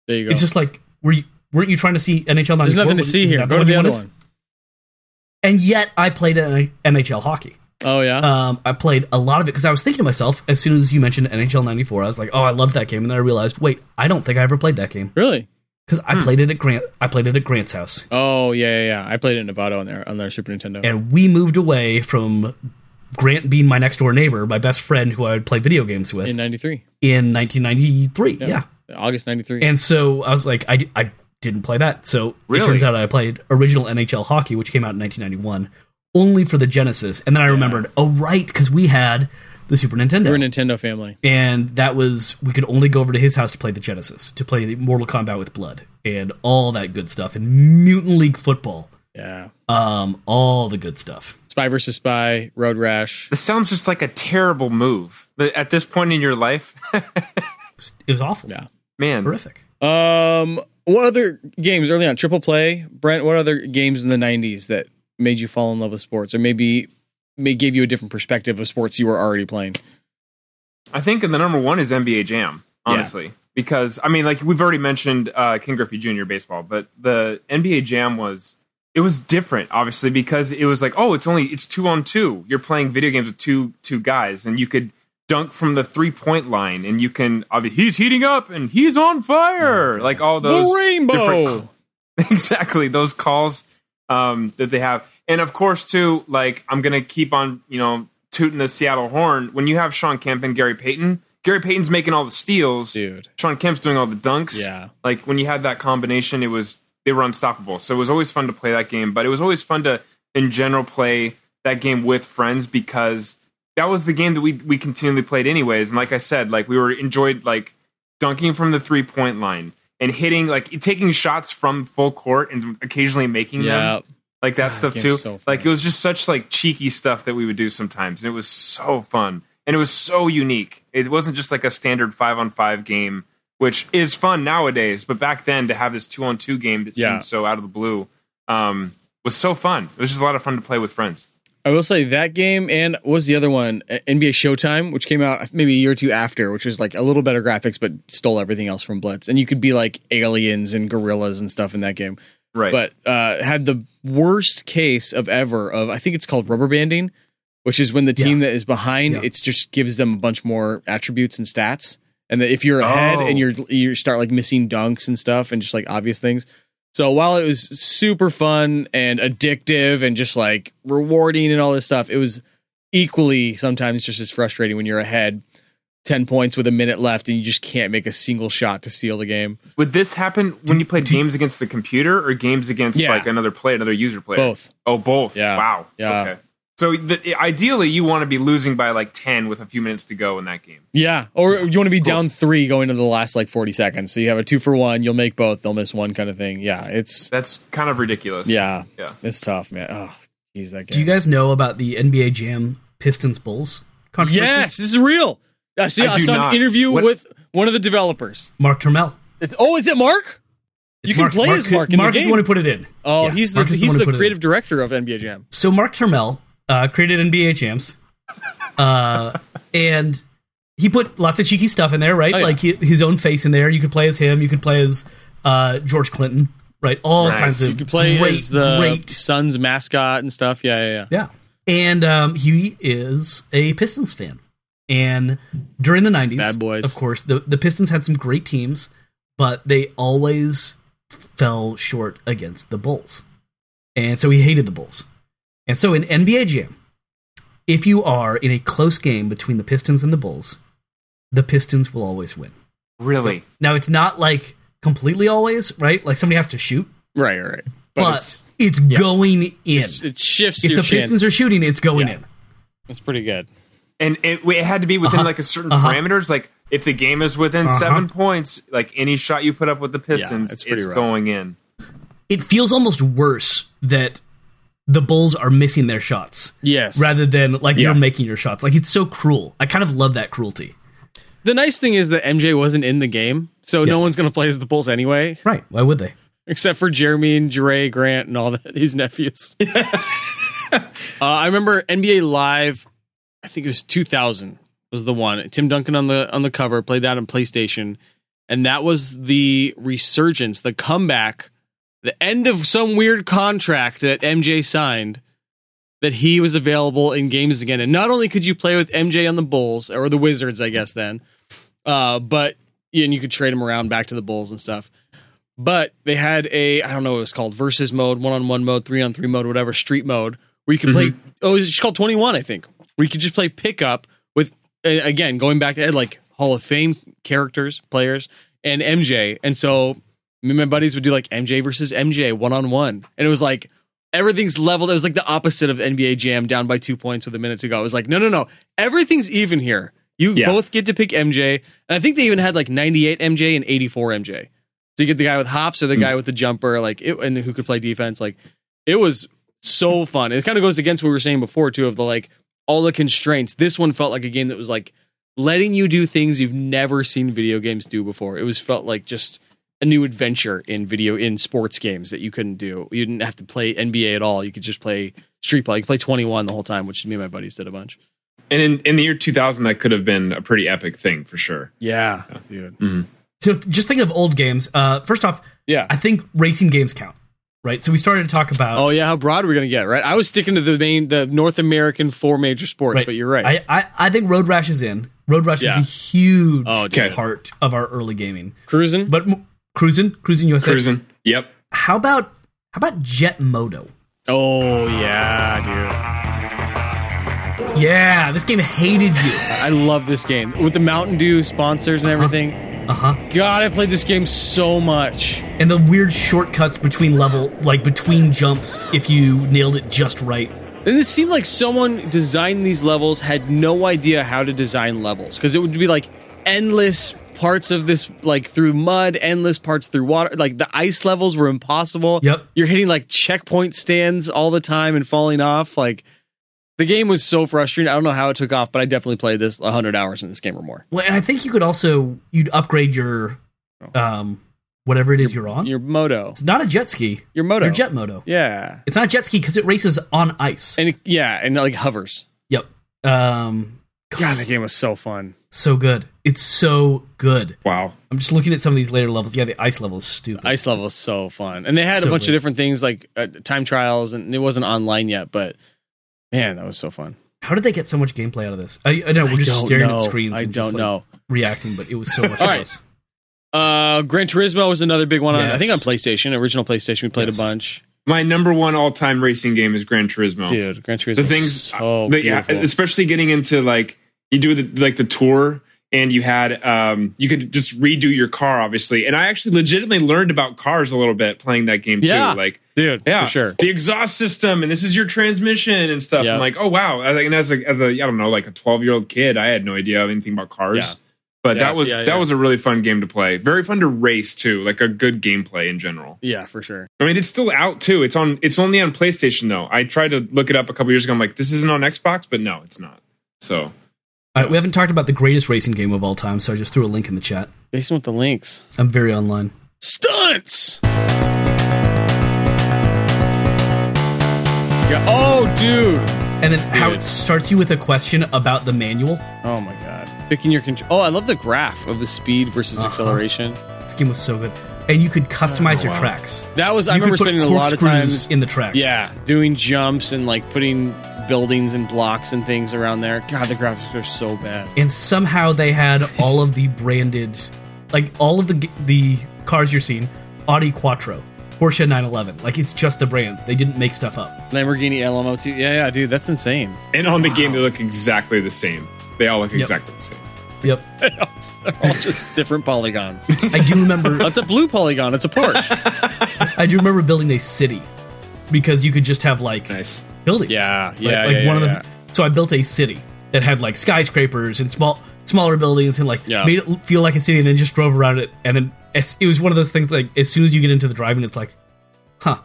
S2: there you go.
S1: It's just like were you weren't you trying to see NHL '94?
S2: Oh. There's nothing to
S1: Wasn't-
S2: see
S1: isn't
S2: here.
S1: that
S2: Go to
S1: what
S2: the
S1: you
S2: other
S1: wanted?
S2: one.
S1: And yet, I played NH- NHL hockey.
S2: Oh yeah.
S1: Um, I played a lot of it because I was thinking to myself as soon as you mentioned NHL '94, I was like, "Oh, I love that game," and then I realized, wait, I don't think I ever played that game
S2: really?
S1: because I played it at Grant. I played it at Grant's house,
S2: Oh yeah, yeah. yeah. I played it in Nevada on their on their Super Nintendo.
S1: and we moved away from Grant being my next door neighbor, my best friend who I would play video games with
S2: in
S1: in,
S2: '93,
S1: 1993. Yeah.
S2: August '93.
S1: and so I was like, I, d- I didn't play that. So it
S3: Really?
S1: turns out I played original NHL hockey, which came out in 1991, only for the Genesis. And then I remembered, oh right, because we had the Super Nintendo.
S2: We're a Nintendo family.
S1: and that was we could only go over to his house to play the Genesis, to play Mortal Kombat with Blood, and all that good stuff, and Mutant League Football,
S2: Yeah.
S1: um, all the good stuff.
S2: Spy versus Spy, Road Rash.
S3: This sounds just like a terrible move. But At this point in your life,
S1: It was awful,
S2: Yeah.
S3: man.
S1: horrific.
S2: Um, what other games early on? Triple play, Brent. What other games in the '90s that made you fall in love with sports, or maybe may gave you a different perspective of sports you were already playing?
S3: I think the number one is NBA Jam,
S2: Yeah.
S3: honestly, because I mean, like we've already mentioned uh, King Griffey Jr. baseball, but the NBA Jam was it was different, obviously, because it was like, oh, it's only it's two on two. You're playing video games with two two guys, and you could dunk from the three point line, and you can obviously he's heating up and he's on fire, like all those
S2: the
S3: different
S2: rainbow.
S3: cl- exactly those calls um, that they have and of course too like i'm gonna keep on you know tooting the seattle horn when you have sean kemp and gary payton gary payton's making all the steals
S2: Dude.
S3: sean kemp's doing all the dunks
S2: Yeah.
S3: like when you had that combination it was they were unstoppable so it was always fun to play that game but it was always fun to in general play that game with friends because that was the game that we we continually played anyways and like i said like we were enjoyed like dunking from the three point line and hitting like taking shots from full court and occasionally making
S2: Yeah.
S3: them like that stuff
S2: game's
S3: too.
S2: so
S3: like
S2: fun.
S3: it was just such like cheeky stuff that we would do sometimes, and it was so fun and it was so unique. It wasn't just like a standard five on five game, which is fun nowadays, but back then to have this two on two game that
S2: Yeah.
S3: seemed so out of the blue um, was so fun. It was just a lot of fun to play with friends.
S2: I will say that game and what was the other one? Uh, NBA Showtime, which came out maybe a year or two after, which was like a little better graphics, but stole everything else from Blitz. And you could be like aliens and gorillas and stuff in that game.
S3: Right.
S2: But uh, had the worst case of ever of I think it's called rubber banding, which is when the team that is behind
S1: Yeah.
S2: it's just gives them a bunch more attributes and stats. And that if you're ahead and you're you start like missing dunks and stuff and just like obvious things. So while it was super fun and addictive and just like rewarding and all this stuff, it was equally sometimes just as frustrating when you're ahead 10 points with a minute left and you just can't make a single shot to seal the game.
S3: Would this happen when you played games against the computer or games against
S2: Yeah.
S3: like another player, another user player?
S2: Both.
S3: Oh, both.
S2: Yeah.
S3: Wow.
S2: Yeah.
S3: Okay. So the, ideally, you want to be losing by like ten with a few minutes to go in that game.
S2: Yeah. Or you want to be down three going to the last like 40 seconds. So you have a two for one, you'll make both, they'll miss one kind of thing. Yeah. It's,
S3: That's kind of ridiculous.
S2: yeah.
S3: Yeah.
S2: It's tough, man. Oh, he's that
S1: Do you
S2: game.
S1: guys know about the NBA Jam Pistons Bulls controversy?
S2: Yes, this is real. I see.
S3: I
S2: I,
S3: do
S2: saw
S3: not.
S2: an interview
S3: What-
S2: with one of the developers.
S1: Mark Turmel.
S2: It's, oh, is it Mark?
S1: It's
S2: You can play as Mark in the
S1: Mark is
S2: game.
S1: the one who put it in.
S2: Oh,
S1: Yeah,
S2: he's the,
S1: Mark is
S2: he's
S1: one who
S2: the
S1: put it in.
S2: creative director of NBA Jam.
S1: so Mark Turmel uh, created NBA Jams, uh, and he put lots of cheeky stuff in there, right?
S2: Oh, yeah.
S1: Like he, his own face in there. You could play as him. You could play as uh, George Clinton, right? All
S3: Nice.
S1: kinds of
S3: You
S2: You play
S1: great,
S2: as the
S1: great,
S2: Suns mascot and stuff. Yeah, yeah, yeah.
S1: yeah. And um, he is a Pistons fan, and during the '90s,
S2: Bad boys.
S1: of course, the the Pistons had some great teams, but they always fell short against the Bulls. And so he hated the Bulls. And so in NBA Jam, if you are in a close game between the Pistons and the Bulls, the Pistons will always win.
S3: Really.
S1: Now it's not like completely always, right? Like somebody has to shoot,
S2: Right, right. right.
S1: but,
S2: it's,
S1: it's, going in.
S2: it's- it shifts
S1: if
S2: your
S1: the
S2: chance.
S1: Pistons are shooting, it's going in.
S2: It's pretty good.
S3: And it, it had to be within
S1: Uh-huh.
S3: like a certain
S1: Uh-huh.
S3: parameters. Like if the game is within
S1: Uh-huh.
S3: seven points, like any shot you put up with the Pistons,
S2: it's
S3: it's,
S2: pretty rough.
S3: going in.
S1: It feels almost worse that the Bulls are missing their shots
S2: Yes.
S1: rather than like
S2: Yeah.
S1: you're making your shots. Like it's so cruel. I kind of love that cruelty.
S2: the nice thing is that MJ wasn't in the game, so
S1: Yes.
S2: no one's going to play as the Bulls anyway,
S1: Right. Why would they?
S2: except for Jeremy and Jare Grant and all that his nephews. uh, I remember NBA Live. I think it was 2000 was the one. Tim Duncan on the on the cover played that on PlayStation, and that was the resurgence, the comeback, the end of some weird contract that MJ signed. That he was available in games again, and not only could you play with MJ on the Bulls or the Wizards, I guess then, uh, but and you could trade him around back to the Bulls and stuff. But they had a I don't know what it was called versus mode, one on one mode, three on three mode, whatever street mode where you could play. Oh, it's just called twenty one, I think. Where you could just play pickup with uh, again going back to Ed, like Hall of Fame characters, players, and MJ. And so me and my buddies would do like MJ versus MJ one on one, and it was like. Everything's leveled. It was like the opposite of NBA Jam, down by two points with a minute to go. It was like, no, no, no. Everything's even here. You both get to pick MJ, and I think they even had like 98 MJ and 84 MJ. So you get the guy with hops or the guy with the jumper, like it, and who could play defense. Like it was so fun. It kind of goes against what we were saying before too, of the like all the constraints. This one felt like a game that was like letting you do things you've never seen video games do before. It was felt like just a new adventure in video in sports games that you couldn't do. You didn't have to play NBA at all. You could just play street ball. You could play 21 the whole time, which me and my buddies did a bunch.
S3: And in, in the year 2000, that could have been a pretty epic thing for sure.
S2: Yeah, dude.
S1: Mm. So just thinking of old games. Uh, first off,
S2: Yeah.
S1: I think racing games count, right? So we started to talk about.
S2: Oh yeah, how broad are we gonna get? Right, I was sticking to the main, the North American four major sports,
S1: right.
S2: but you're right.
S1: I, I, I think Road Rash is in. Road Rash
S2: Yeah.
S1: is a huge
S2: Oh, dude.
S1: part of our early gaming.
S2: Cruising,
S1: But m- cruising, cruising USA.
S3: Cruising. Yep.
S1: How about how about Jet Moto?
S2: Oh yeah, dude.
S1: Yeah, this game hated you.
S2: I love this game with the Mountain Dew sponsors and everything.
S1: Uh huh.
S2: God, I played this game so much.
S1: And the weird shortcuts between level, like between jumps, if you nailed it just right.
S2: And it seemed like someone designed these levels had no idea how to design levels because it would be like endless parts of this like through mud, endless parts through water. Like the ice levels were impossible.
S1: Yep.
S2: You're hitting like checkpoint stands all the time and falling off. Like the game was so frustrating. I don't know how it took off, but I definitely played this 100 hours in this game or more.
S1: Well, and I think you could also you'd upgrade your um whatever it is you're on.
S2: Your moto.
S1: It's not a jet ski.
S2: Your moto.
S1: Your jet moto.
S2: Yeah.
S1: It's not a jet ski because it races on ice.
S2: And it- yeah, and it, like hovers.
S1: Yep. Um
S2: God, that game was so fun.
S1: so good. It's so good.
S2: Wow.
S1: I'm just looking at some of these later levels. Yeah, the ice level is stupid.
S2: Ice level is so fun. And they had
S1: So
S2: a bunch
S1: good.
S2: of different things like uh, time trials, and it wasn't online yet, but man, that was so fun.
S1: How did they get so much gameplay out of this? I, I know we're
S2: I
S1: just
S2: don't
S1: staring
S2: know.
S1: at screens.
S2: I
S1: and
S2: don't
S1: just, like,
S2: know.
S1: Reacting, but it was so much.
S2: All right.
S1: fun.
S2: Uh, Gran Turismo was another big one. On, I
S1: Yes.
S2: think on PlayStation, original PlayStation, we played
S1: Yes.
S2: a bunch.
S3: My number one all time racing game is Gran Turismo.
S2: Dude, Gran Turismo.
S3: the
S2: was
S3: things
S2: so
S3: but yeah,
S2: beautiful.
S3: especially getting into like you do the, like the tour and you had um you could just redo your car obviously and i actually legitimately learned about cars a little bit playing that game
S2: Yeah.
S3: too like
S2: dude,
S3: yeah
S2: for sure.
S3: the exhaust system and this is your transmission and stuff
S2: Yeah.
S3: i'm like oh wow I think- and as a as a i don't know like a 12 year old kid i had no idea anything about cars
S2: Yeah.
S3: but
S2: Yeah,
S3: that was
S2: yeah,
S3: that
S2: yeah.
S3: was a really fun game to play very fun to race too like a good gameplay in general
S2: Yeah, for sure.
S3: I mean, it's still out too. It's on. It's only on PlayStation though. I tried to look it up a couple years ago. I'm like, this isn't on Xbox, but no, it's not. So
S1: All right, we haven't talked about the greatest racing game of all time, so I just threw a link in the chat.
S2: Jason with the links.
S1: I'm very online.
S2: Stunts. Yeah. Oh, dude.
S1: And then how
S2: Dude.
S1: it starts you with a question about the manual.
S2: Oh my god. Picking your control. Oh, I love the graph of the speed versus
S1: Uh-huh.
S2: acceleration.
S1: This game was so good, and you could customize your tracks.
S2: That was. Oh, I
S1: You could
S2: remember
S1: put
S2: spending a lot of
S1: corkscrews
S2: times
S1: in the tracks.
S2: Yeah, doing jumps and like putting buildings and blocks and things around there. God, the graphics are so bad.
S1: and somehow they had all of the branded, like all of the g- the cars you're seeing, Audi Quattro, Porsche 911. Like it's just the brands. They didn't make stuff up.
S2: Lamborghini LMO2. Yeah, yeah, dude, that's insane.
S3: and on the game, they look exactly the same. They all look exactly the same.
S1: Yep.
S2: They're all just different polygons.
S1: I do remember.
S2: That's a blue polygon. It's a Porsche.
S1: I do remember building a city because you could just have like
S3: Nice.
S1: buildings.
S2: Yeah,
S1: Like-
S2: yeah,
S1: Like,
S2: yeah,
S1: one
S2: yeah,
S1: of the. So I built a city that had like skyscrapers and small smaller buildings and like
S2: Yeah.
S1: made it feel like a city and then just drove around it and then as, it was one of those things like as soon as you get into the driving it's like, huh,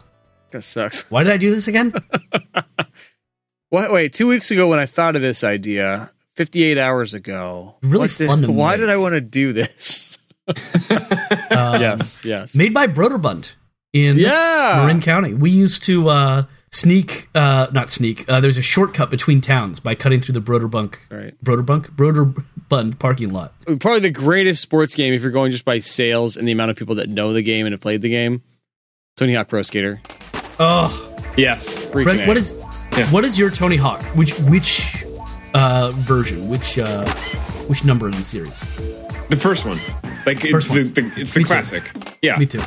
S2: that sucks.
S1: why did I do this again?
S2: What, wait, two weeks ago when I thought of this idea, 58 hours ago.
S1: Really
S2: what did-
S1: fun to
S2: Why
S1: make.
S2: did I want to do this?
S1: Um,
S2: yes, yes.
S1: made by Broderbund in
S2: yeah.
S1: Marin County. We used to uh, sneak, uh, not sneak. Uh, there's a shortcut between towns by cutting through the Broderbunk,
S2: Right.
S1: Broderbunk, Broderbund parking lot.
S2: Probably the greatest sports game if you're going just by sales and the amount of people that know the game and have played the game. Tony Hawk Pro Skater.
S1: Oh,
S3: Yes.
S2: Freaking
S1: Brent,
S2: A.
S1: what is what is your Tony Hawk? Which which uh, version? Which uh, which number in the series?
S3: The first one. Like it-
S1: First one.
S3: The, the, it's the
S1: Me too.
S3: classic. Yeah.
S1: Me too.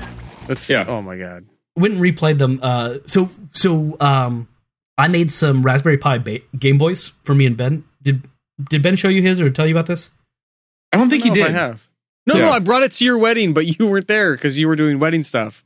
S2: That's
S3: Yeah.
S2: oh my god.
S1: Went and replayed them. Uh, so so um, I made some Raspberry Pi ba- Game Boys for me and Ben. Did did Ben show you his or tell you about this?
S3: I don't think
S2: I
S3: he
S2: don't
S3: did.
S2: know if I have. No,
S3: Yeah.
S2: no, I brought it to your wedding, but you weren't there because you were doing wedding stuff.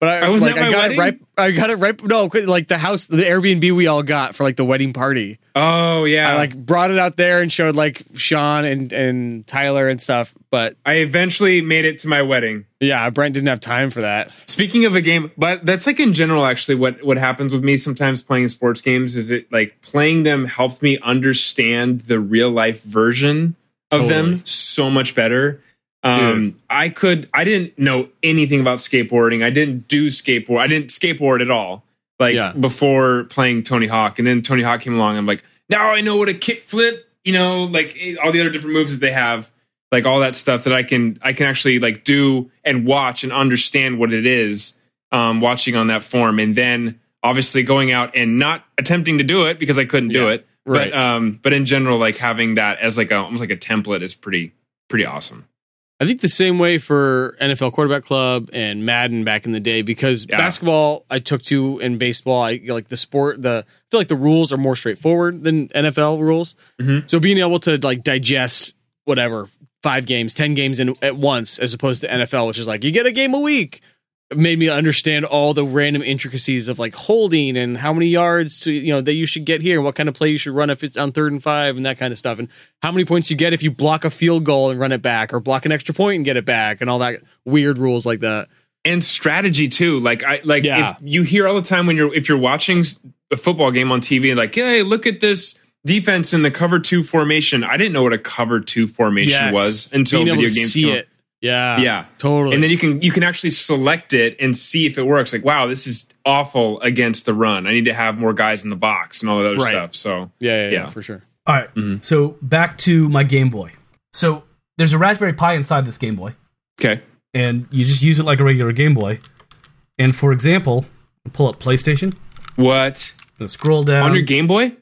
S2: But I,
S3: I wasn't
S2: like,
S3: at my
S2: I got
S3: wedding?
S2: it right. I got it right. No, like the house, the Airbnb we all got for like the wedding party.
S3: Oh yeah.
S2: I like brought it out there and showed like Sean and and Tyler and stuff. But
S3: I eventually made it to my wedding.
S2: yeah, Brent didn't have time for that.
S3: Speaking of a game, but that's like in general, actually, what, what happens with me sometimes playing sports games is it like playing them helped me understand the real life version of them so much better. Um, I could, I didn't know anything about skateboarding. I didn't do skateboard. I didn't skateboard at all. Like
S2: Yeah.
S3: before playing Tony Hawk, and then Tony Hawk came along. I'm like, now I know what a kickflip, you know, like eh, all the other different moves that they have like all that stuff that I can I can actually like do and watch and understand what it is um, watching on that form, and then obviously going out and not attempting to do it because I couldn't do
S2: Yeah,
S3: it.
S2: right.
S3: But um, but in general, like having that as like a, almost like a template is pretty pretty awesome.
S2: I think the same way for NFL quarterback club and Madden back in the day because
S3: Yeah.
S2: basketball I took to and baseball I like the sport the I feel like the rules are more straightforward than NFL rules.
S3: Mhm.
S2: So being able to like digest whatever five games, ten games in at once as opposed to NFL, which is like you get a game a week. made me understand all the random intricacies of like holding and how many yards to you know that you should get here, what kind of play you should run if it's on third and five and that kind of stuff, and how many points you get if you block a field goal and run it back, or block an extra point and get it back, and all that weird rules like that.
S3: and strategy too. Like I like
S2: Yeah.
S3: if you hear all the time when you're if you're watching s- a football game on TV and like, hey, look at this defense in the cover two formation. I didn't know what a cover two formation
S2: Yes.
S3: was until
S2: Being
S3: video
S2: able to
S3: games
S2: see
S3: came out.
S2: it. Yeah,
S3: Yeah,
S2: totally.
S3: And then you can you can actually select it and see if it works. Like, wow, this is awful against the run. I need to have more guys in the box and all that other
S2: Right.
S3: stuff. So
S2: yeah, yeah, yeah,
S3: Yeah.
S2: for sure.
S1: All right,
S3: Mm-hmm.
S1: So back to my Game Boy. So there's a Raspberry Pi inside this Game Boy,
S3: okay,
S1: and you just use it like a regular Game Boy. And for example, pull up PlayStation
S3: what
S1: and scroll down.
S2: Um,
S3: on your Game Boy?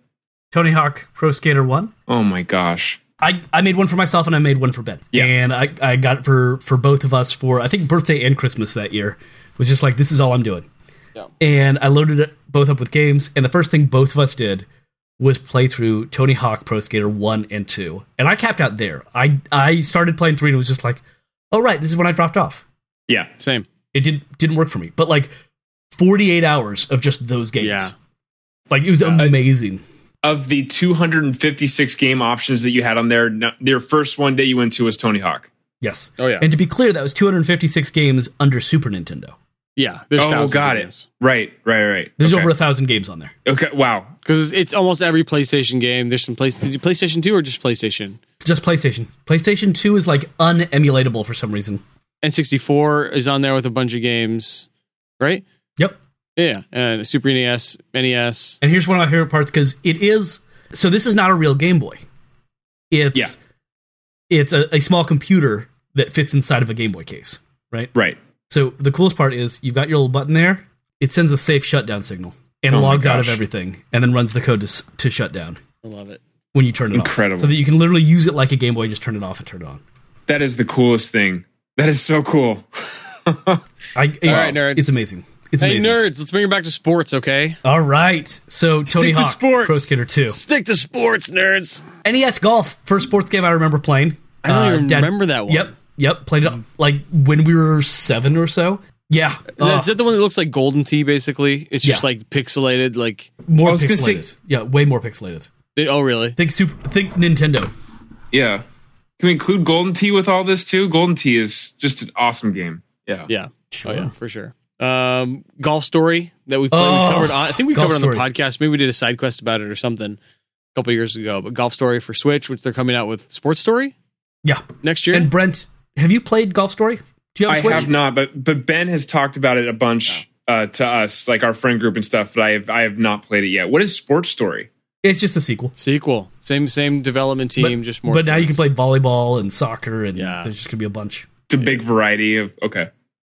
S1: Tony Hawk Pro Skater One.
S3: Oh my gosh!
S1: I, I made one for myself and I made one for Ben.
S3: Yeah.
S1: And I, I got it for, for both of us for I think birthday and Christmas that year. It was just like this is all I'm doing. And I loaded it both up with games, and the first thing both of us did was play through Tony Hawk Pro Skater one and two. And I capped out there. I I started playing three and it was just like, oh right, this is when I dropped off.
S3: Yeah,
S2: Same.
S1: It did didn't work for me. But like forty eight hours of just those games.
S2: Yeah.
S1: Like it was amazing.
S3: of the 256 game options that you had on there, no, your first one that you went to was Tony Hawk.
S1: yes.
S2: Oh, yeah.
S1: And to be clear, that was two hundred and fifty six games under Super Nintendo.
S2: Yeah. There's
S3: oh, got it. Right, right, right.
S1: There's
S3: okay.
S1: over a thousand games on there.
S3: okay, wow.
S2: Because it's almost every PlayStation game. There's some place, did you PlayStation 2 or just PlayStation?
S1: Just PlayStation. PlayStation 2 is like unemulatable for some reason.
S2: N64 is on there with a bunch of games, right?
S1: Yep.
S2: Yeah. And Super E NES, NES.
S1: And here's one of my favorite parts because it is so this is not a real Game Boy. It's
S3: Yeah.
S1: it's a, a small computer that fits inside of a Game Boy case. Right?
S3: Right.
S1: So the coolest part is you've got your little button there, it sends a safe shutdown signal and
S3: Oh my
S1: logs out of
S3: gosh.
S1: everything and then runs the code to, s- to shut down
S2: I love it.
S1: when you turn it
S3: Incredible.
S1: off. So that you can literally use it like a Game Boy, just turn it off and turn it on.
S3: That is the coolest thing. That is so cool.
S1: I, it's,
S2: right, nerds.
S1: it's amazing. It's
S2: Hey,
S1: amazing.
S2: nerds, let's bring it back to sports, okay?
S1: All right. So Tony
S3: to
S1: Hawk
S3: sports.
S1: Pro Skater 2.
S2: Stick to sports, nerds.
S1: NES Golf, first sports game I remember playing. Uh,
S2: I don't even remember that one.
S1: Yep, yep. Played
S3: Mm.
S1: it like when we were seven or so. Yeah, uh,
S2: Is that the one that looks like golden tea, basically? It's just
S1: Yeah.
S2: like pixelated, like.
S1: more
S3: I was gonna say-
S1: pixelated. yeah, way more pixelated.
S2: They, oh, really?
S1: Think super. Think Nintendo.
S3: Yeah. Can we include Golden Tee with all this too? Golden Tee is just an awesome game. Yeah.
S2: Yeah. Oh, yeah, for sure. Um, golf story that we, played,
S1: Oh,
S2: we covered on. I think we
S1: Golf
S2: covered on the
S1: Story.
S2: podcast. Maybe we did a side quest about it or something a couple years ago. But golf story for Switch, which they're coming out with sports story
S1: Yeah.
S2: next year.
S1: And Brent, have you played Golf Story? Do you have
S3: I
S1: a Switch?
S3: have not, but but Ben has talked about it a bunch uh, to us, like our friend group and stuff. But I have I have not played it yet. What is Sports Story?
S1: It's just a sequel.
S2: Sequel, same same development team,
S1: but,
S2: just more.
S1: But now you can play
S2: sports.
S1: volleyball and soccer, and
S2: Yeah.
S1: there's just gonna be a bunch.
S3: It's a big variety of okay.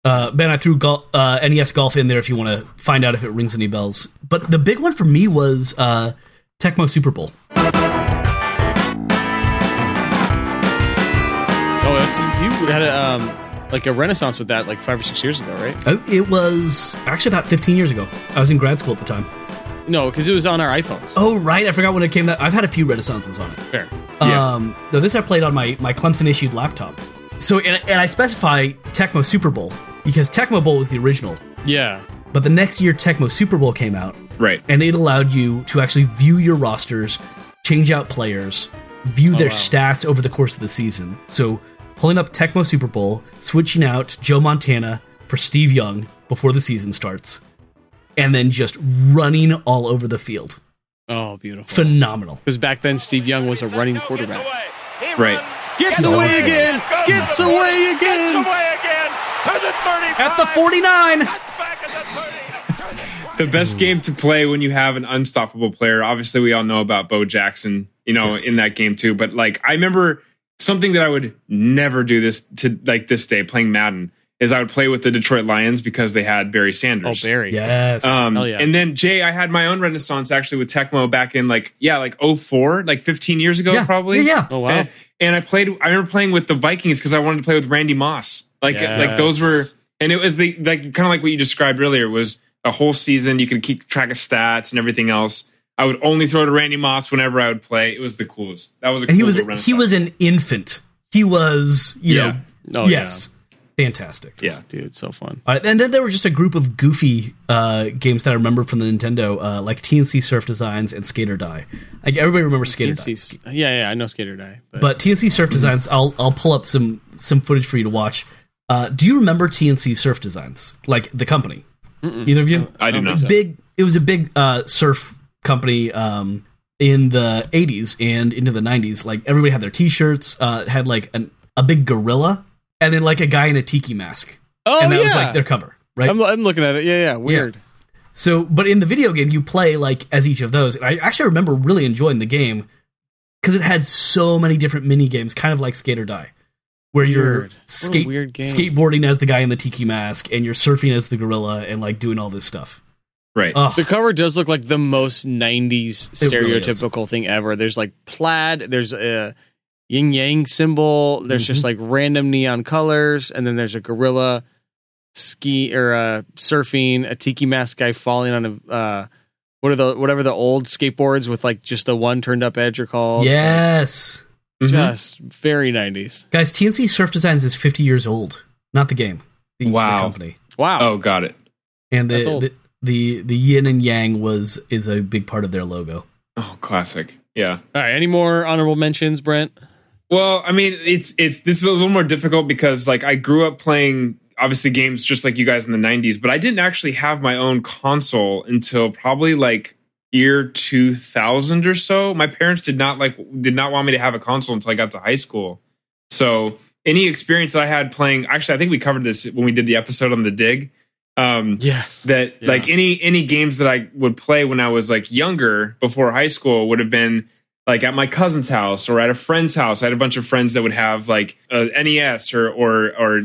S1: Uh, ben, I threw gol- uh, NES Golf in there if you want to find out if it rings any bells. But the big one for me was uh, Tecmo Super Bowl.
S2: Oh, that's you had a um, like a renaissance with that like five or six years ago, right?
S1: Oh, It was actually about 15 years ago. I was in grad school at the time.
S2: No, because it was on our iPhones.
S1: Oh, right. I forgot when it came that. I've had a few renaissances on it.
S2: Fair.
S3: Yeah.
S1: Um, though this I played on my, my Clemson issued laptop. So, and, and I specify Tecmo Super Bowl because Tecmo Bowl was the original.
S2: Yeah.
S1: But the next year, Tecmo Super Bowl came out
S3: Right.
S1: and it allowed you to actually view your rosters, change out players, view their stats over the course of the season. So, pulling up Tecmo Super Bowl, switching out Joe Montana for Steve Young before the season starts, and then just running all over the field.
S2: Oh, beautiful.
S1: Phenomenal.
S2: Because back then Steve Young was a running quarterback.
S3: Right.
S2: Gets
S1: No
S2: away
S1: offense.
S2: again. Gets away again.
S1: At the 49.
S3: The best game to play when you have an unstoppable player. Obviously, we all know about Bo Jackson, you know, in that game too. But like, I remember something that I would never do this to like this day playing Madden is I would play with the Detroit Lions because they had Barry
S2: Oh,
S3: Sanders.
S2: Barry.
S1: Yes.
S3: Um,
S2: Hell yeah.
S3: And then Jay, I had my own renaissance actually with Tecmo back in like yeah, like 04, like 15 years ago
S1: Yeah.
S3: probably.
S1: Yeah, yeah.
S2: Oh, wow.
S3: And, and I played. I remember playing with the Vikings because I wanted to play with Randy Moss. Like like those were, and it was the like kind of like what you described earlier was a whole season. You could keep track of stats and everything else. I would only throw to Randy Moss whenever I would play. It was the coolest. That was a
S1: and he
S3: cool
S1: was
S3: little
S1: he was an infant. He was, you
S3: Yeah.
S1: know,
S2: Oh, yeah.
S1: yes. Fantastic.
S3: Yeah.
S2: dude, so fun.
S1: All right, and then there were just a group of goofy uh, games that I remember from the Nintendo, uh, like TNC Surf Designs and Skater Die. Like everybody remembers Skater Die,
S2: TNC's yeah, yeah, I know Skater Die, but,
S1: but TNC
S2: Mm-hmm.
S1: Surf Designs. I'll I'll pull up some some footage for you to watch. Uh, do you remember TNC Surf Designs, like the company? Either
S2: Uh,
S1: of you?
S3: I do not.
S1: big it was a big uh, surf company um, in the 80s and into the 90s like everybody had their t-shirts uh, it had like an, a big gorilla and then like a guy in a tiki mask
S2: oh
S1: and that
S2: yeah,
S1: was like their cover right
S2: I'm, I'm looking at it. Yeah, yeah, weird.
S1: so but in the video game you play like as each of those and i actually remember really enjoying the game because it had so many different mini games kind of like skate or die where you're
S2: Weird. What a
S1: skate,
S2: weird game.
S1: skateboarding as the guy in the tiki mask and you're surfing as the gorilla and like doing all this stuff
S3: Right.
S1: Ugh.
S2: The cover does look like the most '90s
S1: It really is.
S2: stereotypical thing ever. There's like plaid. There's a yin yang symbol. There's just
S1: Mm-hmm.
S2: like random neon colors, and then there's a gorilla ski or uh, surfing, a tiki mask guy falling on a uh, what are the whatever the old skateboards with like just the one turned up edge are called.
S1: yes
S3: Mhm.
S2: just very '90s.
S1: Guys, TNC Surf Designs is 50 years old, not the game. The, the
S3: Wow.
S1: company.
S2: Wow.
S3: Oh, got it.
S1: And the,
S2: That's old.
S1: the the the yin and yang was is a big part of their logo.
S3: Oh, classic. Yeah.
S2: All right. Any more honorable mentions, Brent?
S3: Well, I mean, it's it's this is a little more difficult because like I grew up playing obviously games just like you guys in the 90s, but I didn't actually have my own console until probably like year 2000 or so. My parents did not like did not want me to have a console until I got to high school. So, any experience that I had playing actually I think we covered this when we did the episode on the dig. Um
S2: Yes.
S3: that
S2: Yeah.
S3: like any any games that I would play when I was like younger before high school would have been like at my cousin's house or at a friend's house. I had a bunch of friends that would have like a NES or or or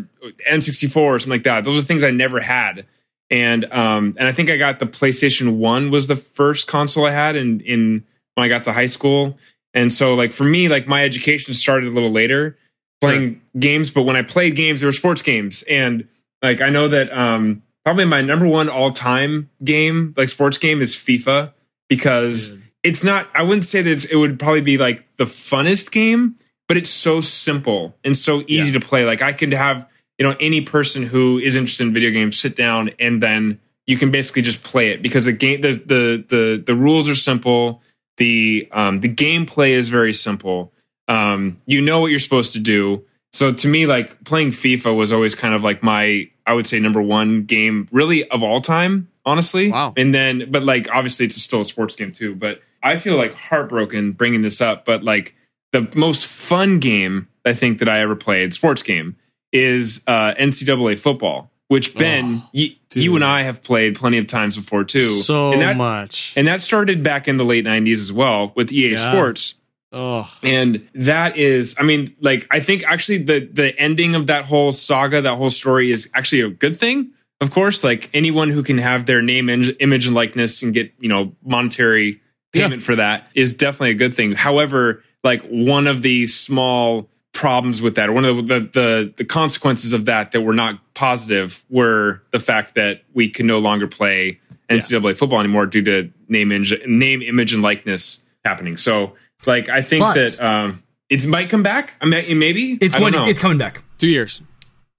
S3: N64 or something like that. Those are things I never had. And um and I think I got the PlayStation 1 was the first console I had in in when I got to high school. And so like for me like my education started a little later playing games, but when I played games, they were sports games. And like I know that um probably my number one all time game, like sports game, is FIFA because it's not I wouldn't say that it's, it would probably be like the funnest game, but it's so simple and so easy to play. Like I can have, you know, any person who is interested in video games sit down and then you can basically just play it because the game the the the, the rules are simple. The um the gameplay is very simple um, you know what you're supposed to do. So to me, like playing FIFA was always kind of like my, I would say number one game really of all time, honestly.
S2: Wow.
S3: And then, but like obviously it's still a sports game too. But I feel like heartbroken bringing this up. But like the most fun game I think that I ever played, sports game, is uh, NCAA football, which Ben, y- you and I have played plenty of times before too.
S2: So
S3: and that,
S2: much.
S3: and that started back in the late '90s as well with EA
S2: Yeah.
S3: Sports.
S2: oh.
S3: And that is, I mean, like I think actually the the ending of that whole saga, that whole story is actually a good thing. Of course, like anyone who can have their name, in, image, and likeness and get you know monetary payment for that is definitely a good thing. However, like one of the small problems with that, or one of the the, the, the consequences of that that were not positive were the fact that we can no longer play NCAA football anymore due to name, inj- name, image, and likeness happening. So, like, I think
S1: But-
S3: that um, it might come back. I mean, maybe
S1: It's
S3: I don't
S1: going
S3: know.
S1: it's coming back.
S2: Two years.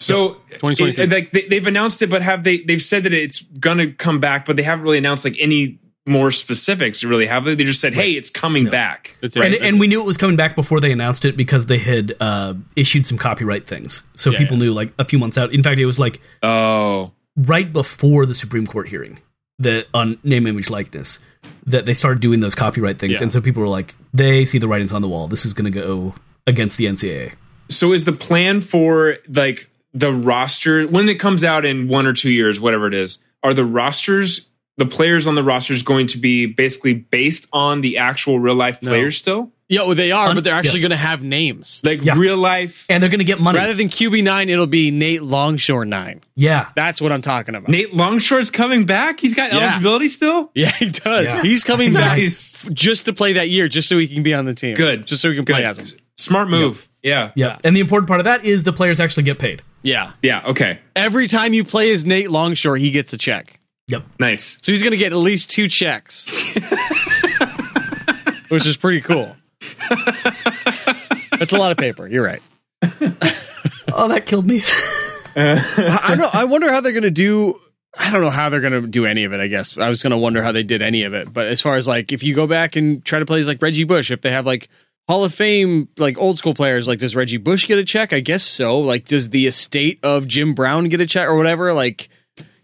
S3: So
S2: 2023.
S3: it- like they, they've announced it, but have they? They've said that it's gonna come back, but they haven't really announced like any more specifics. Really, have they? They just said, "Hey, it's coming back."
S2: That's it.
S3: right?
S1: and and we knew it was coming back before they announced it because they had uh, issued some copyright things. So people knew like a few months out. In fact, it was like
S3: oh,
S1: right before the Supreme Court hearing that on name image likeness that they started doing those copyright things
S2: Yeah.
S1: and so people were like they see the writings on the wall. This is going to go against the NCAA.
S3: so is the plan for like the roster when it comes out in one or two years, whatever it is? Are the rosters the players on the rosters going to be basically based on the actual real life players still,
S2: Yeah, well, they are, but they're actually
S1: yes.
S2: going to have names.
S3: like
S1: Yeah.
S3: real life?
S1: And they're going to get money.
S2: Rather than QB nine, it'll be Nate Longshore nine.
S1: yeah.
S2: That's what I'm talking about.
S3: Nate Longshore's coming back. He's got
S2: Yeah.
S3: eligibility still.
S2: yeah, he does.
S1: Yeah.
S2: He's coming back
S3: Nice.
S2: f- just to play that year, just so he can be on the team.
S3: Good.
S2: just so he can play as him.
S3: Smart move. Yeah.
S1: Yeah. And the important part of that is the players actually get paid.
S2: Yeah.
S3: Yeah. Okay.
S2: Every time you play as Nate Longshore, he gets a check.
S1: Yep.
S3: Nice.
S2: So he's going to get at least two checks, which is pretty cool. That's a lot of paper. You're right.
S1: Oh, that killed me.
S2: I don't. I wonder how they're gonna do. I don't know how they're gonna do any of it. I guess I was gonna wonder how they did any of it. But as far as like, if you go back and try to play as like Reggie Bush, if they have like Hall of Fame like old school players, like does Reggie Bush get a check? I guess so. Like, does the estate of Jim Brown get a check or whatever? Like,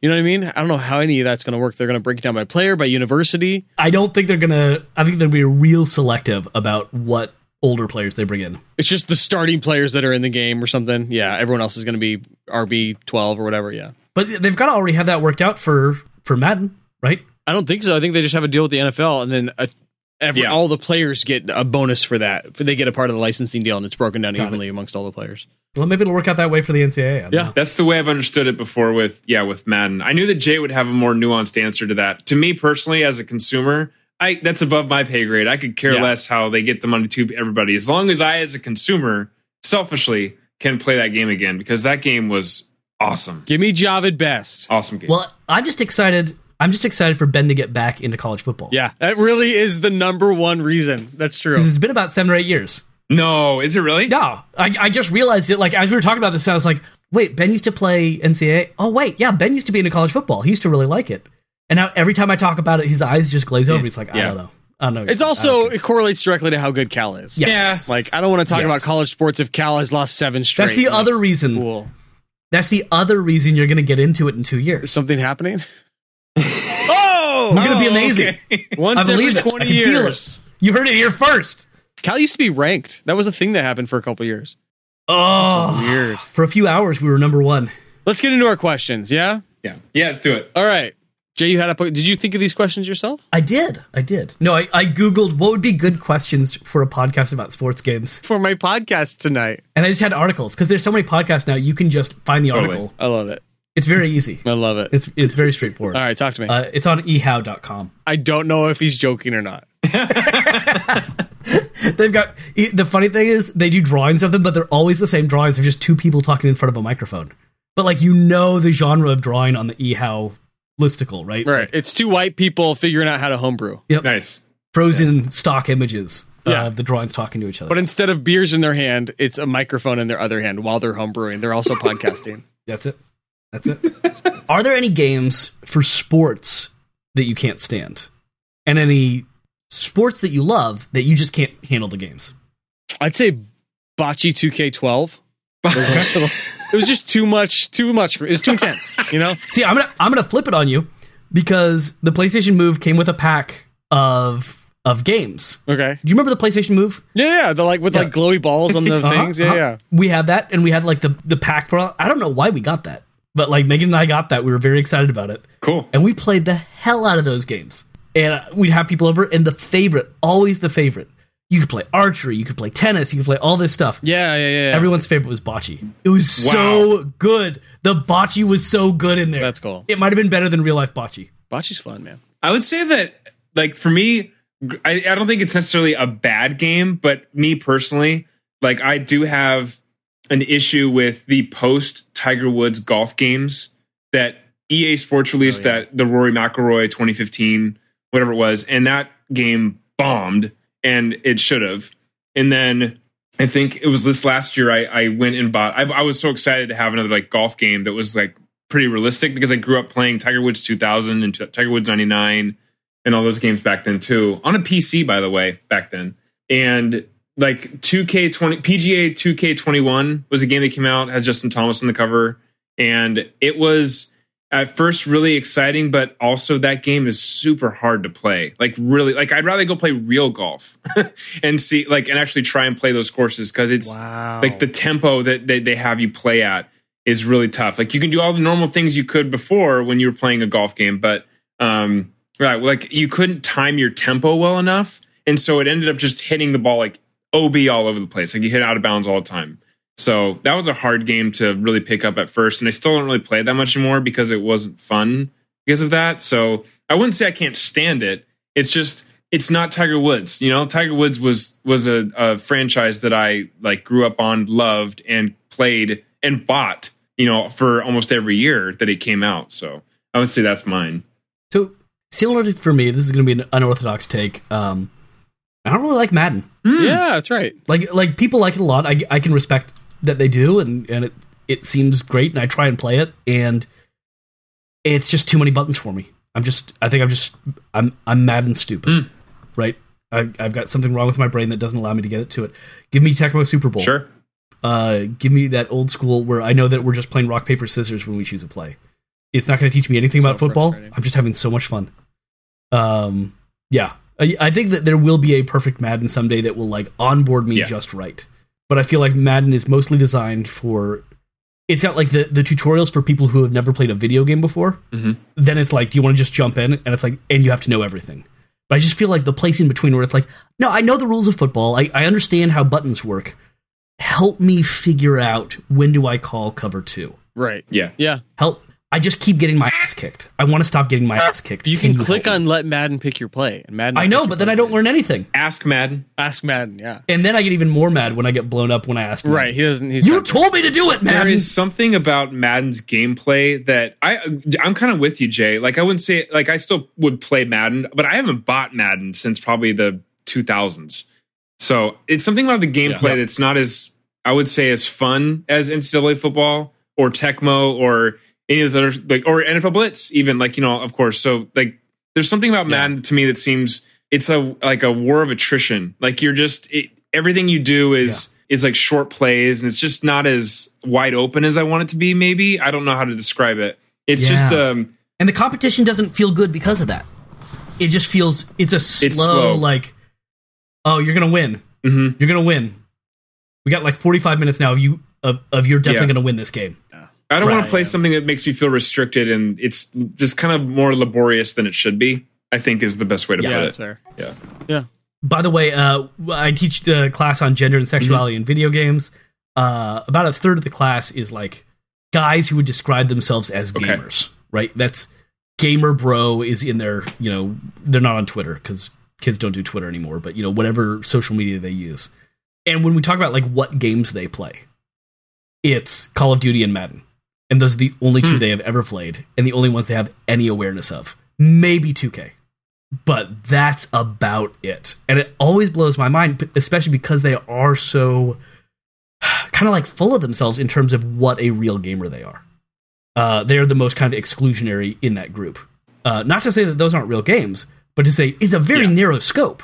S2: you know what I mean? I don't know how any of that's gonna work. They're gonna break it down by player, by university.
S1: I don't think they're gonna. I think they'll be real selective about what older players they bring in.
S2: It's just the starting players that are in the game or something. Yeah, everyone else is gonna be RB twelve or whatever. Yeah.
S1: But they've got to already have that worked out for for Madden, right?
S2: I don't think so. I think they just have a deal with the NFL, and then uh every,
S3: Yeah.
S2: all the players get a bonus for that. They get a part of the licensing deal, and it's broken down
S1: Got it.
S2: evenly amongst all the players.
S1: Well, maybe it'll work out that way for the NCAA. I don't
S2: Yeah.
S1: know.
S3: That's the way I've understood it before with yeah, with Madden. I knew that Jay would have a more nuanced answer to that. To me personally, as a consumer, I that's above my pay grade. I could care
S2: Yeah.
S3: less how they get the money to everybody. As long as I as a consumer, selfishly, can play that game again because that game was awesome.
S2: Give me Javid Best.
S3: Awesome game.
S1: Well, I'm just excited. I'm just excited for Ben to get back into college football.
S2: Yeah, that really is the number one reason. That's true.
S1: 'Cause it's been about seven or eight years.
S3: no, is it really?
S1: No, I, I just realized it. Like as we were talking about this, I was like, "Wait, Ben used to play NCAA." Oh, wait, yeah, Ben used to be into college football. He used to really like it. And now every time I talk about it, his eyes just glaze over. He's like, "I
S3: Yeah.
S1: don't know, I don't know."
S2: It's also it correlates directly to how good Cal is.
S1: Yes. Yeah.
S2: like I don't want to talk
S1: Yes.
S2: about college sports if Cal has lost seven straight.
S1: that's the
S2: Like,
S1: other reason.
S2: cool.
S1: That's the other reason you're going to get into it in two
S2: There's
S1: years.
S2: something happening. oh,
S1: We're going to be amazing. I
S2: Once every
S1: believe it. I
S2: twenty
S1: can feel
S2: years,
S1: You heard it here first.
S2: Cal used to be ranked. That was a thing that happened for a couple years.
S1: Oh,
S2: Weird.
S1: for a few hours we were number one.
S2: Let's get into our questions. Yeah.
S3: Yeah. Yeah, let's do it.
S2: All right. Jay, you had a. Did you think of these questions yourself?
S1: I did. I did. No, I, I Googled what would be good questions for a podcast about sports games.
S2: For my podcast tonight.
S1: And I just had articles because there's so many podcasts now, you can just find the
S3: Totally.
S1: article.
S2: I love it.
S1: It's very easy.
S2: I love it.
S1: It's it's very straightforward.
S2: All right, talk to me.
S1: Uh, it's on ehow.com.
S2: I don't know if he's joking or not.
S1: They've got e- the funny thing is they do drawings of them, but they're always the same drawings. They're just two people talking in front of a microphone. But like you know the genre of drawing on the ehow listicle, right?
S2: Right. It's two white people figuring out how to homebrew.
S3: Nice.
S1: Frozen stock images
S2: Yeah.
S1: of the drawings talking to each other.
S2: But instead of beers in their hand, it's a microphone in their other hand while they're homebrewing. They're also podcasting.
S1: That's it. That's it. Are there any games for sports that you can't stand? And any sports that you love that you just can't handle the games?
S2: I'd say bocce 2K12. it was just too much, too much. For, it was too intense, you know?
S1: See, I'm gonna I'm gonna flip it on you because the PlayStation Move came with a pack of of games.
S2: Okay.
S1: Do you remember the PlayStation Move?
S2: Yeah, yeah. The, like with like glowy balls on the things. Yeah,
S1: Uh-huh,
S2: yeah.
S1: uh-huh. We had that, and we had like the the pack for. I don't know why we got that, but like Megan and I got that. We were very excited about it.
S3: Cool.
S1: and we played the hell out of those games. And uh, we'd have people over, and the favorite, always the favorite. You could play archery, you could play tennis, you could play all this stuff.
S2: Yeah, yeah, yeah. yeah.
S1: Everyone's favorite was bocce. It was
S3: Wow.
S1: so good. The bocce was so good in there.
S2: That's cool.
S1: It might have been better than real life bocce.
S2: Bocce's fun, man.
S3: I would say that, like, for me, gr- I, I don't think it's necessarily a bad game, but me personally, like, I do have an issue with the post Tiger Woods golf games that EA Sports released that the Rory McIlroy 2015, whatever it was, and that game bombed, and it should have. And then I think it was this last year I, I went and bought. I, I was so excited to have another like golf game that was like pretty realistic because I grew up playing Tiger Woods 2000 and T- Tiger Woods 99 and all those games back then too on a PC by the way back then and like 2K20 PGA 2K21 was a game that came out had Justin Thomas on the cover and it was at first really exciting but also that game is super hard to play like really like I'd rather go play real golf and see like and actually try and play those courses cuz it's
S2: Wow.
S3: like the tempo that they, they have you play at is really tough. Like you can do all the normal things you could before when you were playing a golf game, but um right, like you couldn't time your tempo well enough. And so it ended up just hitting the ball like OB all over the place. Like you hit out of bounds all the time. So that was a hard game to really pick up at first. And I still don't really play it that much anymore because it wasn't fun because of that. So I wouldn't say I can't stand it. It's just it's not Tiger Woods. You know, Tiger Woods was was a, a franchise that I like grew up on, loved, and played and bought. You know, for almost every year that it came out. So I would say that's mine.
S1: So, similar to, for me, this is going to be an unorthodox take. Um, I don't really like Madden.
S2: Hmm. Yeah, that's right.
S1: Like, like people like it a lot. I, I can respect that they do, and, and it, It seems great, and I try and play it, and it's just too many buttons for me. I'm just, I think I'm just, I'm, I'm mad and stupid, right? I, I've got something wrong with my brain that doesn't allow me to get it to it. Give me Tecmo Super Bowl.
S3: Sure.
S1: Uh, give me that old school where I know that we're just playing rock paper scissors when we choose a play. It's not going to teach me anything
S2: So
S1: about football.
S2: frustrating.
S1: I'm just having so much fun. Um, yeah, I, I think that there will be a perfect Madden someday that will like onboard me
S3: Yeah.
S1: just right. But I feel like Madden is mostly designed for. It's got like the, the tutorials for people who have never played a video game before.
S2: Mm-hmm.
S3: Mhm.
S1: Then it's like, do you want to just jump in? And it's like, and you have to know everything. But I just feel like the place in between where it's like, no, I know the rules of football. I, I understand how buttons work. Help me figure out when do I call cover two.
S2: Right.
S3: Yeah.
S2: Yeah.
S1: Help. I just keep getting my ass kicked. I want to stop getting my ass kicked.
S2: You can, click
S1: help me?
S2: on let Madden pick your play, and Madden.
S1: I
S2: will
S1: know,
S2: pick
S1: but
S2: your
S1: then I
S2: play.
S1: don't learn anything.
S3: Ask Madden.
S2: Ask Madden. Yeah.
S1: And then I get even more mad when I get blown up when I ask. him.
S2: Right. He doesn't. He's
S1: You
S2: not-
S1: told me to do it, man.
S3: There is something about Madden's gameplay that I I'm kind of with you, Jay. Like I wouldn't say like I still would play Madden, but I haven't bought Madden since probably the 2000s. So it's something about the gameplay that's not as I would say as fun as NCAA football or Tecmo or any of the other like or NFL Blitz even like you know of course. So like there's something about Madden to me that seems it's a like a war of attrition. Like you're just it, everything you do is is like short plays, and it's just not as wide open as I want it to be. Maybe I don't know how to describe it. It's
S1: Yeah.
S3: just um
S1: and the competition doesn't feel good because of that. It just feels it's a slow,
S3: slow.
S1: like, oh, you're gonna win.
S3: mhm.
S1: You're gonna win. We got like 45 minutes now. Of you of of you're definitely
S3: Yeah.
S1: gonna win this game.
S3: I don't want
S2: Right,
S3: to play
S2: yeah.
S3: something that makes me feel restricted, and it's just kind of more laborious than it should be. I think is the best way to
S2: Yeah,
S3: put
S2: that's
S3: it.
S2: fair.
S3: Yeah.
S1: By the way, uh, I teach the class on gender and sexuality in video games. Uh, about a third of the class is like guys who would describe themselves as
S3: Okay.
S1: gamers, right? That's gamer bro is in their, you know, they're not on Twitter because kids don't do Twitter anymore, but you know, whatever social media they use. And when we talk about like what games they play, it's Call of Duty and Madden. And those are the only two they have ever played and the only ones they have any awareness of. Maybe 2K. But that's about it. And it always blows my mind, especially because they are so kind of like full of themselves in terms of what a real gamer they are. Uh, they're the most kind of exclusionary in that group. Uh, not to say that those aren't real games, but to say it's a very narrow scope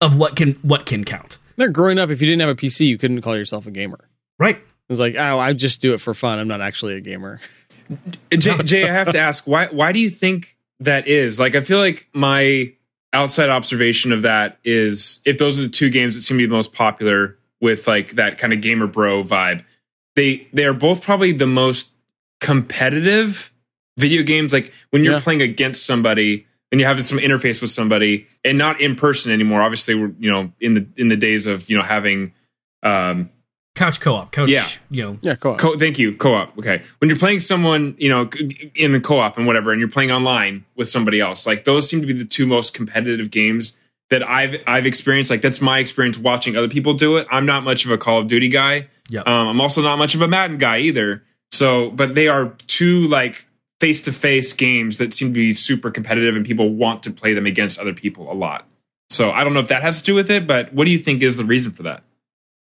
S1: of what can what can count.
S2: They're growing up. If you didn't have a PC, you couldn't call yourself a gamer.
S1: Right.
S2: It's like, oh, I just do it for fun. I'm not actually a gamer.
S3: Jay, Jay, I have to ask why why do you think that is? Like I feel like my outside observation of that is if those are the two games that seem to be the most popular with like that kind of gamer bro vibe, they they are both probably the most competitive video games like when you're
S2: Yeah.
S3: playing against somebody and you're having some interface with somebody and not in person anymore. Obviously we're you know in the in the days of, you know, having um
S1: Couch co-op, couch,
S3: Yeah.
S1: you know,
S2: Yeah, cool.
S3: Co- thank you, co-op. Okay, when you're playing someone, you know, c- in the co-op and whatever, and you're playing online with somebody else, like those seem to be the two most competitive games that I've I've experienced. Like that's my experience watching other people do it. I'm not much of a Call of Duty guy.
S1: Yep.
S3: Um, I'm also not much of a Madden guy either. So, but they are two like face to face games that seem to be super competitive, and people want to play them against other people a lot. So I don't know if that has to do with it, but what do you think is the reason for that?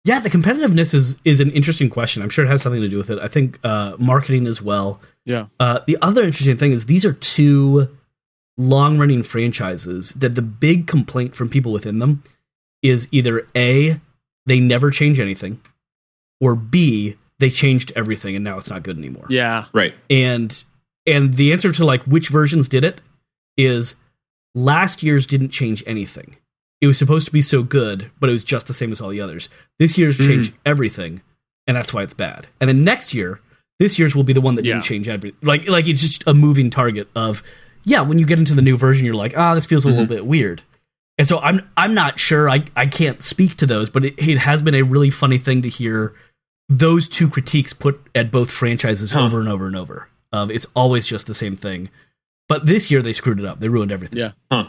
S1: Yeah, the competitiveness is is an interesting question. I'm sure it has something to do with it. I think uh, marketing as well.
S2: Yeah.
S1: Uh, the other interesting thing is these are two long running franchises that the big complaint from people within them is either a they never change anything, or b they changed everything and now it's not good anymore.
S2: Yeah.
S3: Right.
S1: And and the answer to like which versions did it is last year's didn't change anything. It was supposed to be so good, but it was just the same as all the others. This year's changed everything, and that's why it's bad. And then next year, this year's will be the one that
S2: Yeah.
S1: didn't change every like like it's just a moving target of yeah, when you get into the new version you're like, "Ah, this feels a little bit weird." And so I'm I'm not sure I I can't speak to those, but it, it has been a really funny thing to hear those two critiques put at both franchises over and over and over. Of it's always just the same thing. But this year they screwed it up. They ruined everything.
S2: Yeah.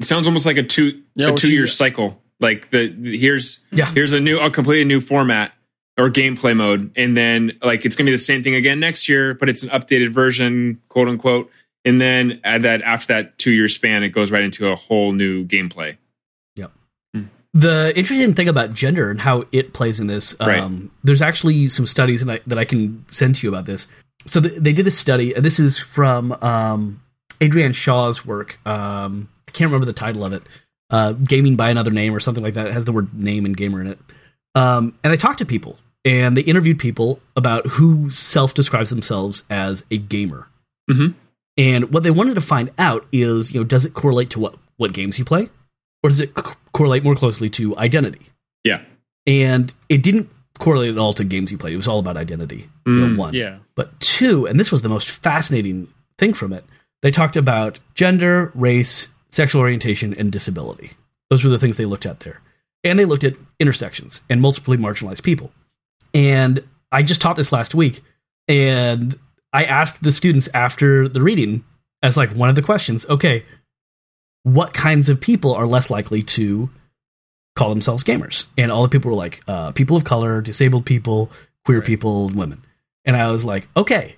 S3: It sounds almost like a two
S2: Yeah,
S3: a
S2: we'll
S3: two
S2: see
S3: year
S2: that.
S3: cycle. Like the, the- here's
S1: Yeah.
S3: here's a new a completely new format or gameplay mode, and then like it's gonna be the same thing again next year, but it's an updated version, quote unquote. And then at that after that two year span, it goes right into a whole new gameplay.
S1: the interesting thing about gender and how it plays in this, um,
S7: Right.
S1: there's actually some studies and I, that I can send to you about this. So th- they did a study. and This is from um, Adrienne Shaw's work. Um, I can't remember the title of it. Uh, Gaming by another name or something like that. It has the word name and gamer in it. Um, and they talked to people and they interviewed people about who self describes themselves as a gamer.
S7: Mhm.
S1: And what they wanted to find out is, you know, does it correlate to what what games you play, or does it c- correlate more closely to identity?
S7: Yeah.
S1: And it didn't correlate at all to games you played. It was all about identity. you know,
S7: Mm,
S1: one.
S2: Yeah.
S1: But two, and this was the most fascinating thing from it, they talked about gender, race, sexual orientation, and disability. Those were the things they looked at there. And they looked at intersections and multiply marginalized people. And I just taught this last week, and I asked the students after the reading as like one of the questions, okay, what kinds of people are less likely to call themselves gamers? And all the people were like, uh, people of color, disabled people, queer people, and women. And I was like, okay,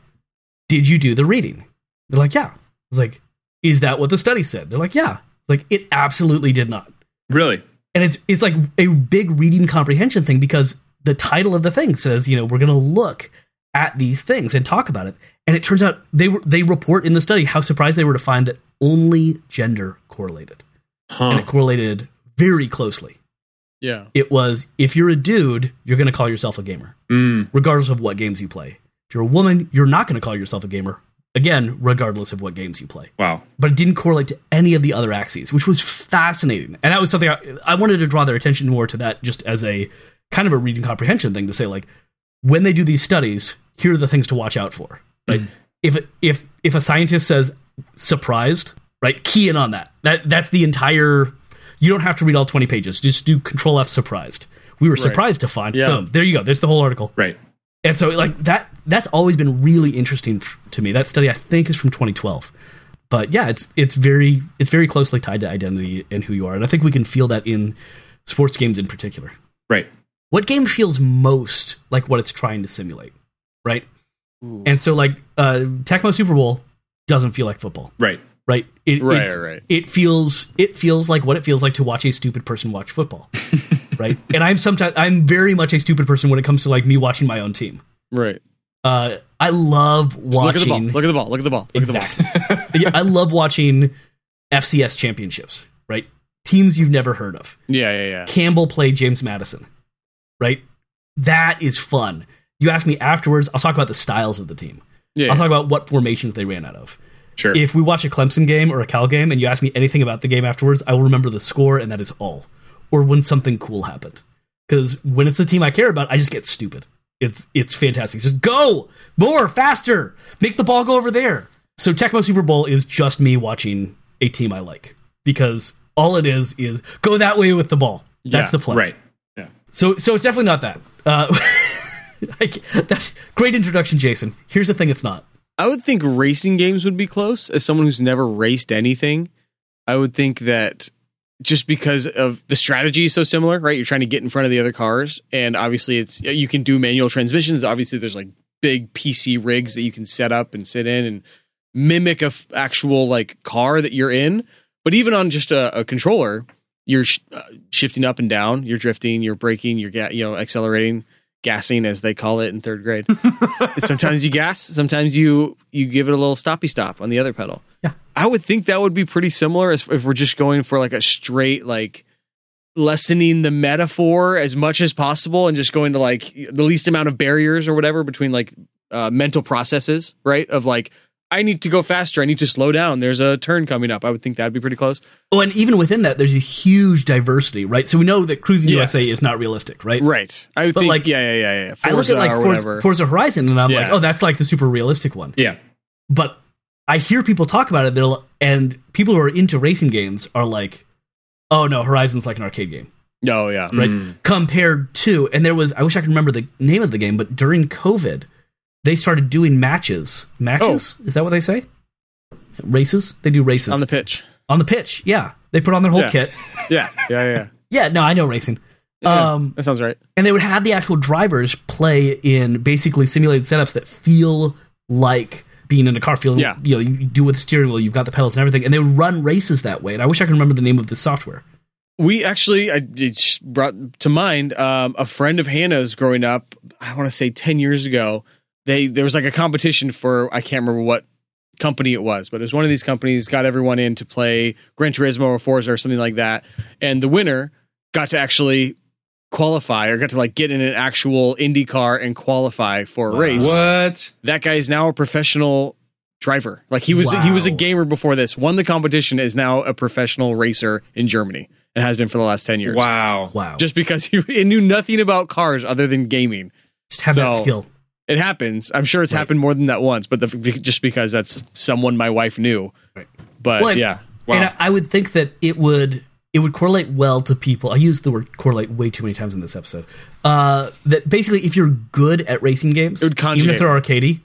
S1: did you do the reading? They're like, yeah. I was like, is that what the study said? They're like, yeah. Like, it absolutely did not.
S7: Really?
S1: And it's it's like a big reading comprehension thing because the title of the thing says, you know, we're going to look at these things and talk about it. And it turns out they were they report in the study how surprised they were to find that only gender correlated. And
S7: Huh.
S1: it correlated very closely.
S2: Yeah.
S1: It was if you're a dude, you're going to call yourself a gamer
S7: Mm,
S1: regardless of what games you play. If you're a woman, you're not going to call yourself a gamer, again, regardless of what games you play.
S7: wow.
S1: But it didn't correlate to any of the other axes, which was fascinating. And that was something I, I wanted to draw their attention more to that just as a kind of a reading comprehension thing to say, like, when they do these studies, here are the things to watch out for. Right? If, it- if, if a scientist says surprised, right, key in on that. that. That's the entire, you don't have to read all 20 pages. Just do control F surprised. We were surprised to find,
S2: Yeah.
S1: boom, there you go. There's the whole article.
S7: Right.
S1: And so like that that's always been really interesting f- to me. That study I think is from 2012. But yeah, it's it's very it's very closely tied to identity and who you are. And I think we can feel that in sports games in particular.
S7: Right.
S1: What game feels most like what it's trying to simulate, right? And so like uh Tecmo Super Bowl doesn't feel like football,
S7: Right.
S1: right? It,
S2: Right,
S1: it-
S2: right.
S1: It feels it feels like what it feels like to watch a stupid person watch football. right? And I'm sometimes I'm very much a stupid person when it comes to like me watching my own team
S2: Right.
S1: uh, I love
S2: Just Look at the ball.
S1: watching.
S2: Look at the ball. Look at the ball. Look at the ball.
S1: exactly. Yeah, I love watching FCS championships. Right, teams you've never heard of.
S2: Yeah, yeah, yeah.
S1: Campbell played James Madison. Right, that is fun. You ask me afterwards. I'll talk about the styles of the team.
S2: Yeah.
S1: I'll talk about what formations they ran out of.
S7: Sure.
S1: If we watch a Clemson game or a Cal game, and you ask me anything about the game afterwards, I will remember the score, and that is all. Or when something cool happened, because when it's the team I care about, I just get stupid. It's it's fantastic. It's just go more faster, make the ball go over there. So Tecmo Super Bowl is just me watching a team I like because all it is is go that way with the ball. That's
S2: Yeah,
S1: the play.
S7: Right.
S1: So so it's definitely not that. Uh, I ca- that's great introduction, Jason. Here's the thing: it's not.
S2: I would think racing games would be close. As someone who's never raced anything, I would think that just because of the strategy is so similar, right? You're trying to get in front of the other cars, and obviously it's you can do manual transmissions. Obviously, there's like big PC rigs that you can set up and sit in and mimic a f- actual like car that you're in. But even on just a, a controller, you're sh- uh, shifting up and down, you're drifting, you're braking, you're ga- you know accelerating, gassing as they call it in third grade sometimes you gas sometimes you you give it a little stoppy stop on the other pedal
S1: Yeah.
S2: i would think that would be pretty similar as, if we're just going for like a straight like lessening the metaphor as much as possible and just going to like the least amount of barriers or whatever between like uh, mental processes right of like i need to go faster i need to slow down there's a turn coming up i would think that'd be pretty close
S1: Oh, and even within that, there's a huge diversity, right? So we know that Cruising
S2: Yes.
S1: USA is not realistic, right?
S2: right i would
S1: But,
S2: think
S1: like,
S2: like yeah yeah yeah yeah
S1: I look
S2: Forza
S1: at like
S2: or
S1: Forza,
S2: whatever
S1: Forza Horizon, and I'm like,
S2: Yeah.
S1: oh, that's like the super realistic one.
S7: Yeah.
S1: But I hear people talk about it, they're, li- and people who are into racing games are like, oh no, Horizon's like an arcade game,
S2: no yeah
S1: right? Compared to, and there was, I wish I could remember the name of the game, but during COVID, they started doing matches. Matches? Is that what they say? Races? They do races
S2: Oh. on the pitch
S1: On the pitch. Yeah, they put on their whole
S2: Yeah.
S1: kit.
S2: yeah yeah yeah
S1: Yeah, no, I know racing.
S2: Yeah,
S1: Um,
S2: that sounds right
S1: and they would have the actual drivers play in basically simulated setups that feel like being in a car feeling
S2: Yeah.
S1: you know you do with the steering wheel you've got the pedals and everything and they would run races that way and i wish i could remember the name of the software
S2: we actually I it just brought to mind um, a friend of Hannah's growing up. I want to say ten years ago. They there was like a competition for I can't remember what company it was, but it was one of these companies got everyone in to play Gran Turismo or Forza or something like that, and the winner got to actually qualify or got to like get in an actual Indy car and qualify for a race
S3: What?
S2: that guy is now a professional driver. Like he was he was a
S1: Wow.
S2: gamer before this, won the competition, is now a professional racer in Germany and has been for the last 10 years.
S3: Wow.
S1: Wow. Just,
S2: Just because he, he knew nothing about cars other than gaming.
S1: have that
S2: so-
S1: skill.
S2: It happens. I'm sure it's happened more than that once, but the, just because that's someone my wife knew. But
S1: Well, and-
S2: yeah.
S1: And I, I would think that it would it would correlate well to people. I use the word correlate way too many times in this episode. Uh, that basically, if you're good at racing games,
S2: It would
S1: even if
S2: conjugate.
S1: they're arcadey,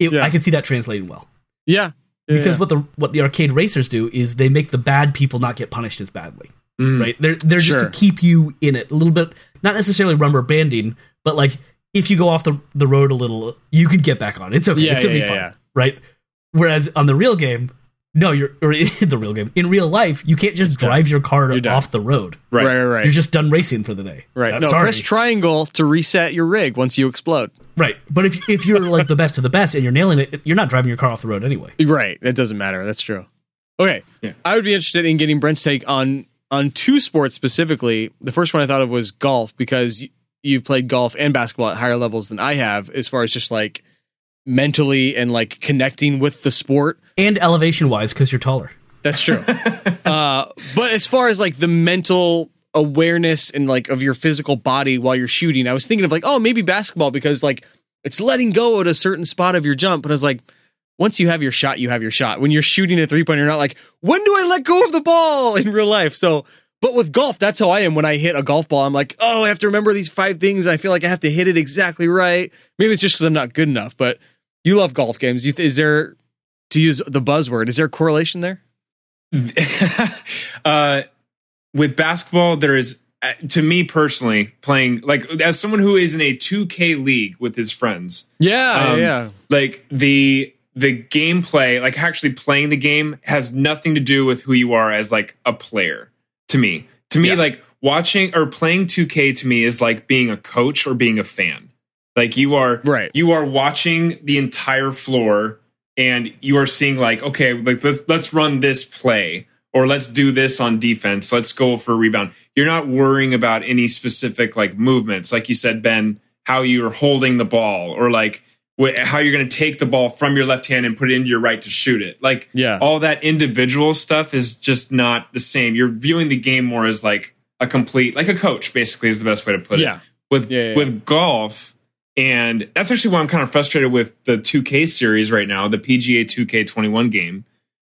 S1: it,
S2: Yeah.
S1: I could see that translating well.
S2: Yeah.
S1: Because what the what the arcade racers do is they make the bad people not get punished as badly, right? They're they're
S2: Mm. Sure.
S1: just to keep you in it a little bit, not necessarily rubber banding, but like if you go off the the road a little, you can get back on. It's okay.
S2: Yeah,
S1: it's gonna
S2: yeah,
S1: be
S2: yeah,
S1: fun,
S2: yeah.
S1: right? Whereas on the real game, no, you're or in the real game in real life, you can't just drive your car
S2: You're done.
S1: off the road.
S2: Right, right, right.
S1: You're just done racing for the day.
S2: right.
S1: Uh,
S2: no,
S1: sorry.
S2: press triangle to reset your rig once you explode.
S1: right. But if if you're like the best of the best and you're nailing it, you're not driving your car off the road anyway.
S2: Right. That doesn't matter. That's true. Okay. I would be interested in getting Brent's take on on two sports specifically. The first one I thought of was golf because y- you've played golf and basketball at higher levels than I have as far as just like mentally and like connecting with the sport.
S1: And elevation wise, because you're taller.
S2: That's true. uh, but as far as like the mental awareness and like of your physical body while you're shooting, I was thinking of like, oh, maybe basketball because like it's letting go at a certain spot of your jump. But I was like, once you have your shot, you have your shot. When you're shooting a three pointer, you're not like, when do I let go of the ball in real life? So, but with golf, that's how I am. When I hit a golf ball, I'm like, oh, I have to remember these five things. I feel like I have to hit it exactly right. Maybe it's just because I'm not good enough. But you love golf games. You th- is there to use the buzzword? Is there a correlation there?
S3: uh, with basketball, there is, uh, to me personally, playing like as someone who is in a 2K league with his friends,
S2: Yeah,
S3: Um,
S2: Oh, yeah.
S3: like the the gameplay, like actually playing the game, has nothing to do with who you are as like a player. To me, to me, like watching or playing 2K to me is like being a coach or being a fan. Like you are
S2: Right.
S3: You are watching the entire floor and you are seeing like okay like let's let's run this play or let's do this on defense let's go for a rebound you're not worrying about any specific like movements like you said ben how you're holding the ball or like wh- how you're going to take the ball from your left hand and put it into your right to shoot it like
S2: Yeah.
S3: all that individual stuff is just not the same you're viewing the game more as like a complete like a coach basically is the best way to put
S2: Yeah.
S3: it with
S2: Yeah, yeah, yeah.
S3: with golf and that's actually why I'm kind of frustrated with the 2K series right now, the PGA 2K21 game,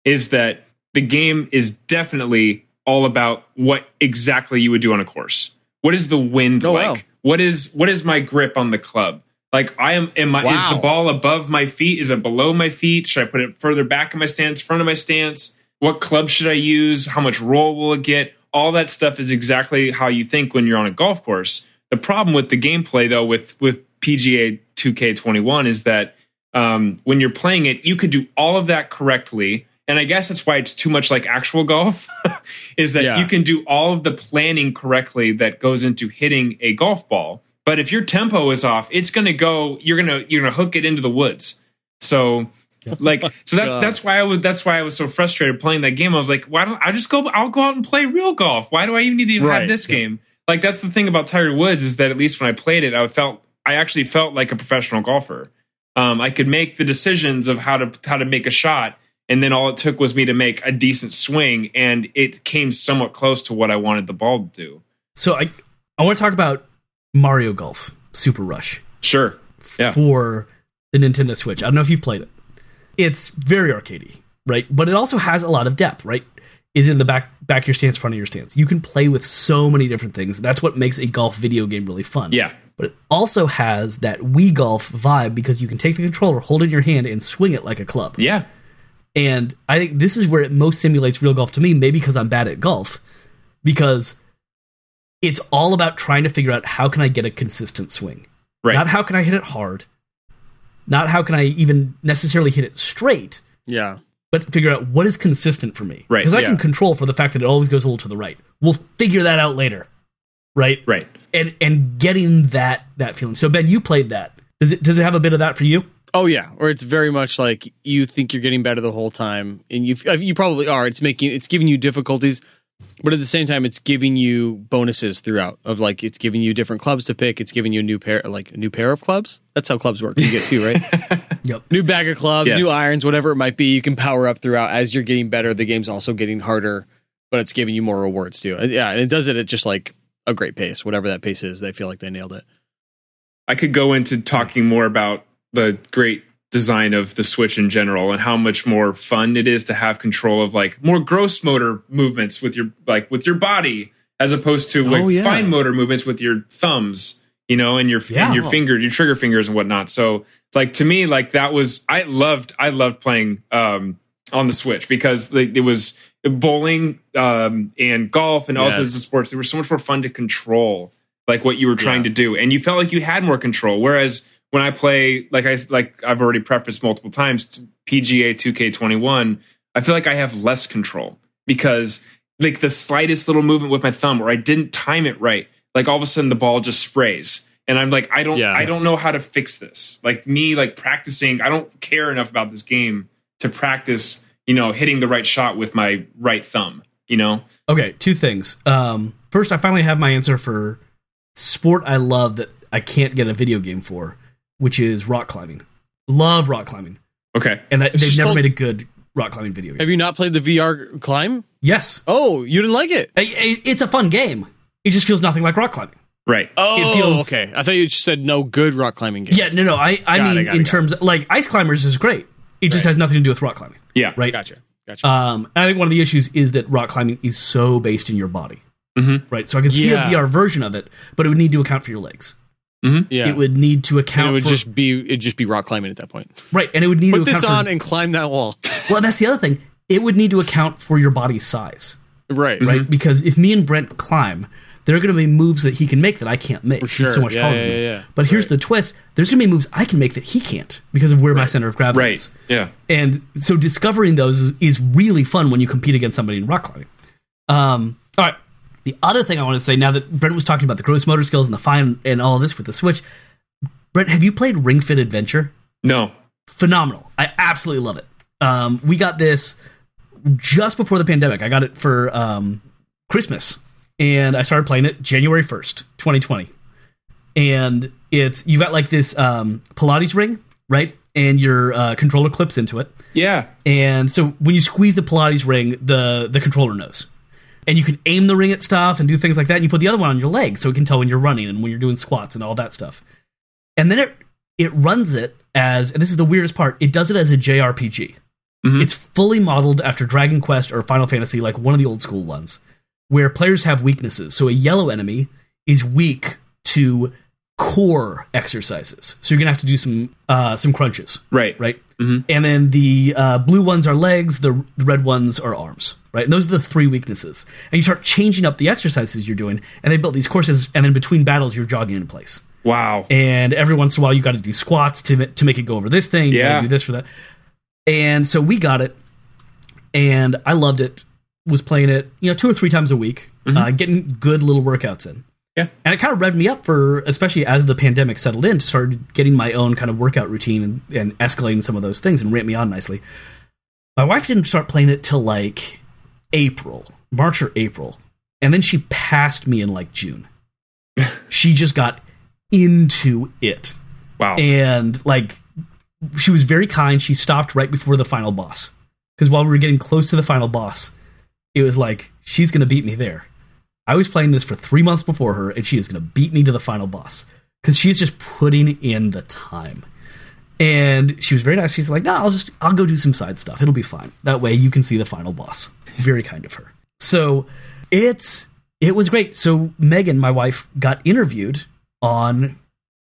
S3: is that the game is definitely all about what exactly you would do on a course. What is the wind
S2: Oh,
S3: like?
S2: wow.
S3: What is what is my grip on the club? Like I am am I is
S2: Wow.
S3: the ball above my feet? Is it below my feet? Should I put it further back in my stance, front of my stance? What club should I use? How much roll will it get? All that stuff is exactly how you think when you're on a golf course. The problem with the gameplay though with with PGA 2K21 is that um, when you're playing it, you could do all of that correctly. And I guess that's why it's too much like actual golf, is that
S2: Yeah.
S3: you can do all of the planning correctly that goes into hitting a golf ball. But if your tempo is off, it's gonna go. You're gonna you're gonna hook it into the woods. So like so that's
S2: God.
S3: that's why I was that's why I was so frustrated playing that game. I was like, why don't I just go? I'll go out and play real golf. Why do I even need to even
S2: Right.
S3: have this game? Like that's the thing about Tiger Woods is that at least when I played it, I felt I actually felt like a professional golfer. Um, I could make the decisions of how to how to make a shot, and then all it took was me to make a decent swing, and it came somewhat close to what I wanted the ball to do.
S1: So I I want to talk about Mario Golf Super Rush
S3: Sure. Yeah.
S1: for the Nintendo Switch. I don't know if you've played it. It's very arcadey, right? But it also has a lot of depth, right? Is in the back back of your stance, front of your stance. You can play with so many different things. That's what makes a golf video game really fun.
S3: Yeah.
S1: But it also has that Wii Golf vibe because you can take the controller, hold it in your hand, and swing it like a club.
S3: Yeah.
S1: And I think this is where it most simulates real golf to me, maybe because I'm bad at golf, because it's all about trying to figure out how can I get a consistent swing.
S3: Right.
S1: Not how can I hit it hard. Not how can I even necessarily hit it straight,
S2: Yeah.
S1: but figure out what is consistent for me.
S3: Right,
S1: Because I can
S3: yeah.
S1: control for the fact that it always goes a little to the right. We'll figure that out later. Right?
S3: Right.
S1: And and getting that that feeling. So Ben, you played that. Does it does it have a bit of that for you?
S2: Oh yeah, or it's very much like you think you're getting better the whole time, and you you probably are. It's making it's giving you difficulties, but at the same time, it's giving you bonuses throughout. Of like, it's giving you different clubs to pick. It's giving you a new pair, like a new pair of clubs. That's how clubs work. You get two, right?
S1: Yep.
S2: New bag of clubs,
S3: Yes.
S2: new irons, whatever it might be. You can power up throughout as you're getting better. The game's also getting harder, but it's giving you more rewards too. Uh, Yeah, and it does it at just like a great pace, whatever that pace is. They feel like they nailed it.
S3: I could go into talking more about the great design of the Switch in general and how much more fun it is to have control of like more gross motor movements with your like with your body as opposed to like
S2: Oh, yeah.
S3: fine motor movements with your thumbs, you know, and your
S1: Yeah.
S3: and your finger, your trigger fingers and whatnot. So like to me, like that was I loved I loved playing um on the Switch because like, it was bowling um and golf and all
S2: Yes.
S3: sorts of sports. They were so much more fun to control like what you were trying to do and you felt like you had more control whereas when i play like i like i've already prefaced multiple times t- pga 2k21 i feel like i have less control because like the slightest little movement with my thumb or i didn't time it right like all of a sudden the ball just sprays and i'm like i don't
S2: Yeah.
S3: i don't know how to fix this like me like practicing i don't care enough about this game to practice you know hitting the right shot with my right thumb you know
S1: Okay, two things. Um, first, I finally have my answer for sport I love that I can't get a video game for, which is rock climbing. Love rock climbing,
S3: okay
S1: and I, they've
S2: just
S1: never
S2: called-
S1: made a good rock climbing video game.
S2: Have you not played the VR climb?
S1: yes,
S2: Oh, you didn't like it.
S1: I- I- it's a fun game. It just feels nothing like rock climbing.
S3: right
S2: Oh,
S1: feels-
S2: okay. I thought you just said no good rock climbing game.
S1: Yeah, no, no. I, I
S2: Got it,
S1: mean,
S2: got it,
S1: in
S2: got
S1: terms of, like ice climbers is great. It just has nothing to do with rock climbing,
S3: yeah
S1: right?
S2: Gotcha. Gotcha.
S1: Um, and I think one of the issues is that rock climbing is so based in your body,
S3: Mhm.
S1: right? So I can see a
S2: Mm-hmm. Yeah.
S1: VR version of it, but it would need to account for your legs.
S2: yeah.
S1: It would need to
S2: And
S1: account
S2: it would
S1: for
S2: just be it'd just be rock climbing at that point.
S1: right, and it would need
S2: Put
S1: to
S2: this
S1: account
S2: on
S1: for,
S2: and climb that wall.
S1: Well, that's the other thing. It would need to account for your body's size,
S2: right.
S1: right? Because if me and Brent climb, there are going to be moves that he can make that I can't make. He's
S2: sure.
S1: so much
S2: Yeah,
S1: taller
S2: yeah,
S1: than me.
S2: yeah, yeah.
S1: But here's the twist: there's going to be moves I can make that he can't because of where my center of gravity
S3: right
S1: is.
S3: yeah
S1: And so discovering those is, is really fun when you compete against somebody in rock climbing. Um, all right. The other thing I want to say now that Brent was talking about the gross motor skills and the fine and all this with the Switch, Brent, have you played Ring Fit Adventure?
S3: no
S1: phenomenal. I absolutely love it. Um, we got this just before the pandemic. I got it for um, Christmas, and I started playing it January first, twenty twenty. And it's you got like this um, Pilates ring, right? And your uh, controller clips into it,
S3: yeah
S1: and so when you squeeze the Pilates ring, the the controller knows. And you can aim the ring at stuff and do things like that. And you put the other one on your leg so it can tell when you're running and when you're doing squats and all that stuff. And then it it runs it as and this is the weirdest part, it does it as a JRPG. It's fully modeled after Dragon Quest or Final Fantasy, like one of the old school ones, where players have weaknesses. So a yellow enemy is weak to core exercises. So you're gonna have to do some uh, some crunches
S3: right
S1: right? And then the uh, blue ones are legs, the, the red ones are arms, right? And those are the three weaknesses. And you start changing up the exercises you're doing, and they built these courses, and then between battles, you're jogging in place.
S3: Wow.
S1: And every once in a while, you got to do squats to, ma- to make it go over this thing, you gotta
S3: Yeah.
S1: do this for that. And so we got it, and I loved it. Was playing it, you know, two or three times a week, uh, getting good little workouts in.
S3: Mm-hmm. Yeah.
S1: And it kind of revved me up for, especially as the pandemic settled in, to start getting my own kind of workout routine and, and escalating some of those things and ramp me on nicely. My wife didn't start playing it till like April, March or April. And then she passed me in like June. she just got into it.
S3: Wow.
S1: And like, she was very kind. She stopped right before the final boss. Because while we were getting close to the final boss, it was like, she's going to beat me there. I was playing this for three months before her, and she is going to beat me to the final boss because she's just putting in the time. And she was very nice. She's like, "No, I'll just I'll go do some side stuff. It'll be fine. That way you can see the final boss." Very kind of her. So it's it was great. So Megan, my wife, got interviewed on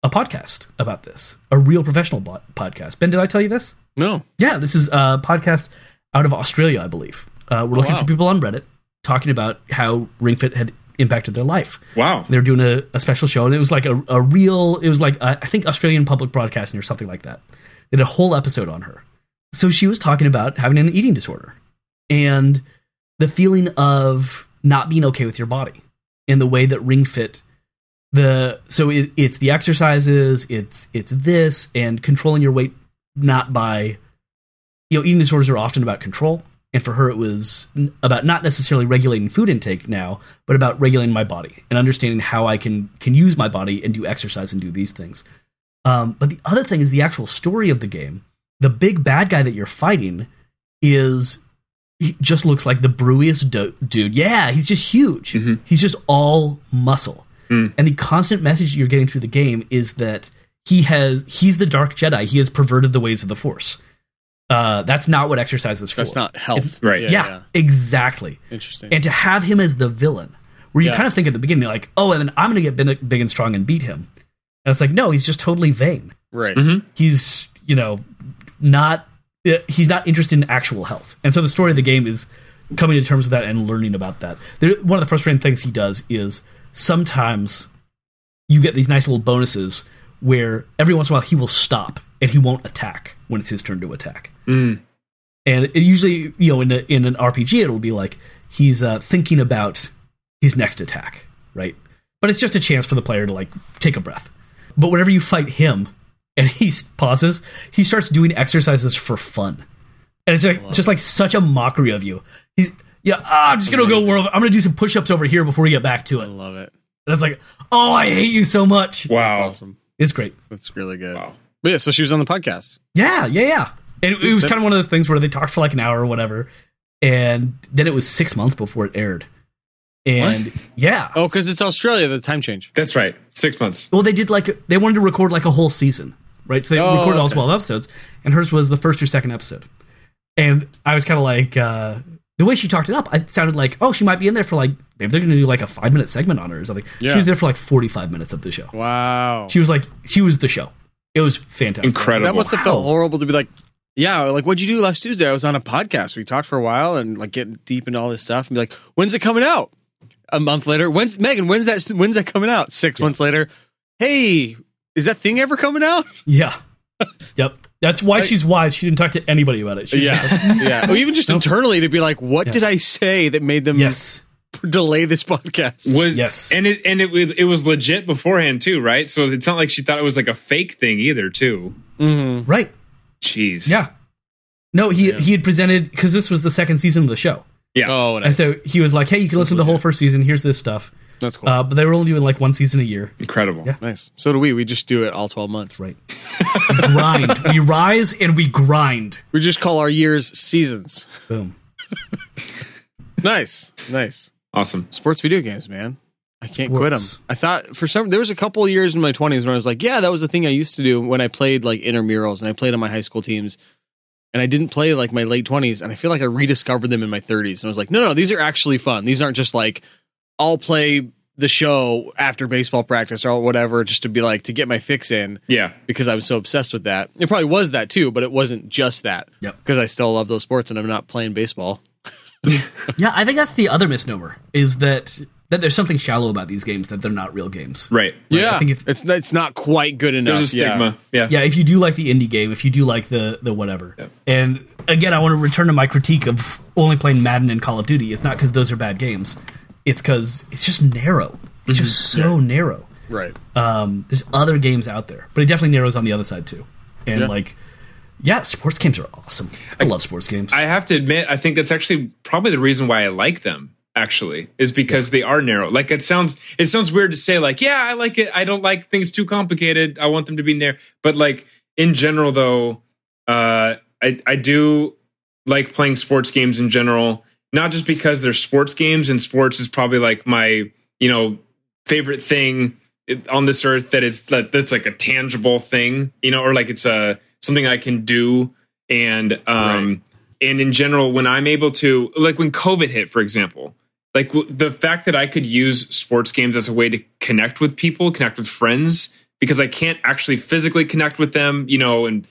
S1: a podcast about this, a real professional bo- podcast. Ben, did I tell you this?
S2: No.
S1: Yeah, this is a podcast out of Australia, I believe. Uh, we're looking
S2: wow.
S1: for people on Reddit talking about how Ring Fit had impacted their life.
S3: wow.
S1: They were doing a, a special show, and it was like a, a real, it was like, uh, I think Australian public broadcasting or something like that. They did a whole episode on her. so she was talking about having an eating disorder and the feeling of not being okay with your body and the way that ring fit the so it, it's the exercises it's it's this and controlling your weight not by you know eating disorders are often about control and for her it was n- about not necessarily regulating food intake now but about regulating my body and understanding how i can can use my body and do exercise and do these things um, but the other thing is the actual story of the game the big bad guy that you're fighting is he just looks like the brewiest do- dude. Yeah, he's just huge.
S2: Mm-hmm.
S1: He's just all muscle.
S2: Mm.
S1: And the constant message you're getting through the game is that he has he's the dark Jedi. He has perverted the ways of the Force. Uh, that's not what exercise is for.
S2: That's not health,
S3: Right.
S1: Yeah, exactly.
S2: Interesting.
S1: And to have him as the villain, where you
S2: Yeah.
S1: kind of think at the beginning like, oh, and then I'm going to get bin- big and strong and beat him. And it's like, no, he's just totally vain
S2: right.
S1: he's you know not uh, he's not interested in actual health and so the story of the game is coming to terms with that and learning about that there, one of the frustrating things he does is sometimes you get these nice little bonuses where every once in a while he will stop and he won't attack when it's his turn to attack and it usually you know in, a, in an rpg it'll be like he's uh, thinking about his next attack right but it's just a chance for the player to like take a breath but whenever you fight him and he s- pauses he starts doing exercises for fun and it's like, just like such a mockery of you he's yeah ah, i'm just gonna go world i'm gonna do some push-ups over here before we get back to it
S2: I
S1: and
S2: love it.
S1: it's like oh i hate you so much
S3: Wow.
S2: That's awesome.
S1: it's great
S2: That's really good. But yeah, so she was on the podcast.
S1: Yeah, yeah, yeah. And it, it was kind of one of those things where they talked for like an hour or whatever, and then it was six months before it aired. And yeah,
S2: Oh, because it's Australia, the time change.
S3: That's right. Six months.
S1: well, they did like they wanted to record like a whole season, right? So they
S2: Oh,
S1: recorded all
S2: okay.
S1: twelve episodes, and hers was the first or second episode. And I was kind of like uh, the way she talked it up, it sounded like oh, she might be in there for like maybe they're going to do like a five minute segment on her or something.
S2: Yeah.
S1: She was there for like forty five minutes of the show.
S2: Wow.
S1: She was like she was the show. It was fantastic.
S3: Incredible.
S2: that must have felt
S1: Wow.
S2: horrible to be like, yeah, like what'd you do last Tuesday? I was on a podcast. We talked for a while and like getting deep into all this stuff and be like, when's it coming out? A month later. When's Megan? When's that? When's that coming out? Six months later. Hey, is that thing ever coming out?
S1: Yeah. yep. That's why she's wise. She didn't talk to anybody about it. She was
S2: yeah. Or even just internally to be like, what did I say that made them
S1: Yes.
S2: delay this podcast?
S3: was
S1: Yes.
S3: and it and it was it was legit beforehand too, right? So it's not like she thought it was like a fake thing either, too.
S1: Right.
S3: Jeez.
S1: Yeah. No, he he had presented because this was the second season of the show,
S3: Yeah.
S2: Oh,
S1: and
S2: nice.
S1: so he was like, "Hey, you can listen to the whole first season. Here's this stuff."
S2: that's cool.
S1: Uh, but they were only doing like one season a year.
S3: Incredible.
S1: Yeah.
S2: nice. So do we. We just do it all 12 months.
S1: Right. grind. We rise and we grind.
S2: We just call our years seasons.
S1: Boom.
S2: Nice. Nice.
S3: Awesome.
S2: sports video games, man. I can't quit 'em. quit
S1: Sports.
S2: them. I thought for some there was a couple of years in my 20s when I was like, yeah, that was the thing I used to do when I played like intramurals and I played on my high school teams. And I didn't play like my late 20s and I feel like I rediscovered them in my 30s and I was like, no, no, these are actually fun. These aren't just like I'll play the show after baseball practice or whatever just to be like to get my fix in
S3: Yeah.
S2: because I was so obsessed with that. It probably was that too, but it wasn't just that.
S1: Yep.
S2: Because I still love those sports and I'm not playing baseball.
S1: Yeah, I think that's the other misnomer is that that there's something shallow about these games that they're not real games.
S3: Right.
S2: yeah.
S1: think if-
S2: it's it's not quite good enough.
S3: There's a
S2: Yeah.
S3: stigma. Yeah.
S1: yeah if you do like the indie game if you do like the the whatever and again i want to return to my critique of only playing madden and call of duty it's not because those are bad games it's because it's just narrow it's just
S3: Mm-hmm.
S1: so narrow
S2: Right.
S1: um there's other games out there but it definitely narrows on the other side too and like yeah sports games are awesome i, love sports games
S3: I have to admit, I think that's actually probably the reason why I like them. Actually, is because they are narrow. Like it sounds, it sounds weird to say. Like, yeah, I like it. I don't like things too complicated. I want them to be narrow. But like in general, though, uh, I I do like playing sports games in general. Not just because they're sports games, and sports is probably like my you know favorite thing on this earth that is that that's like a tangible thing, you know, or like it's a something I can do. And um and in general, when I'm able to like when COVID hit, for example, like w- the fact that I could use sports games as a way to connect with people, connect with friends, because I can't actually physically connect with them, you know, and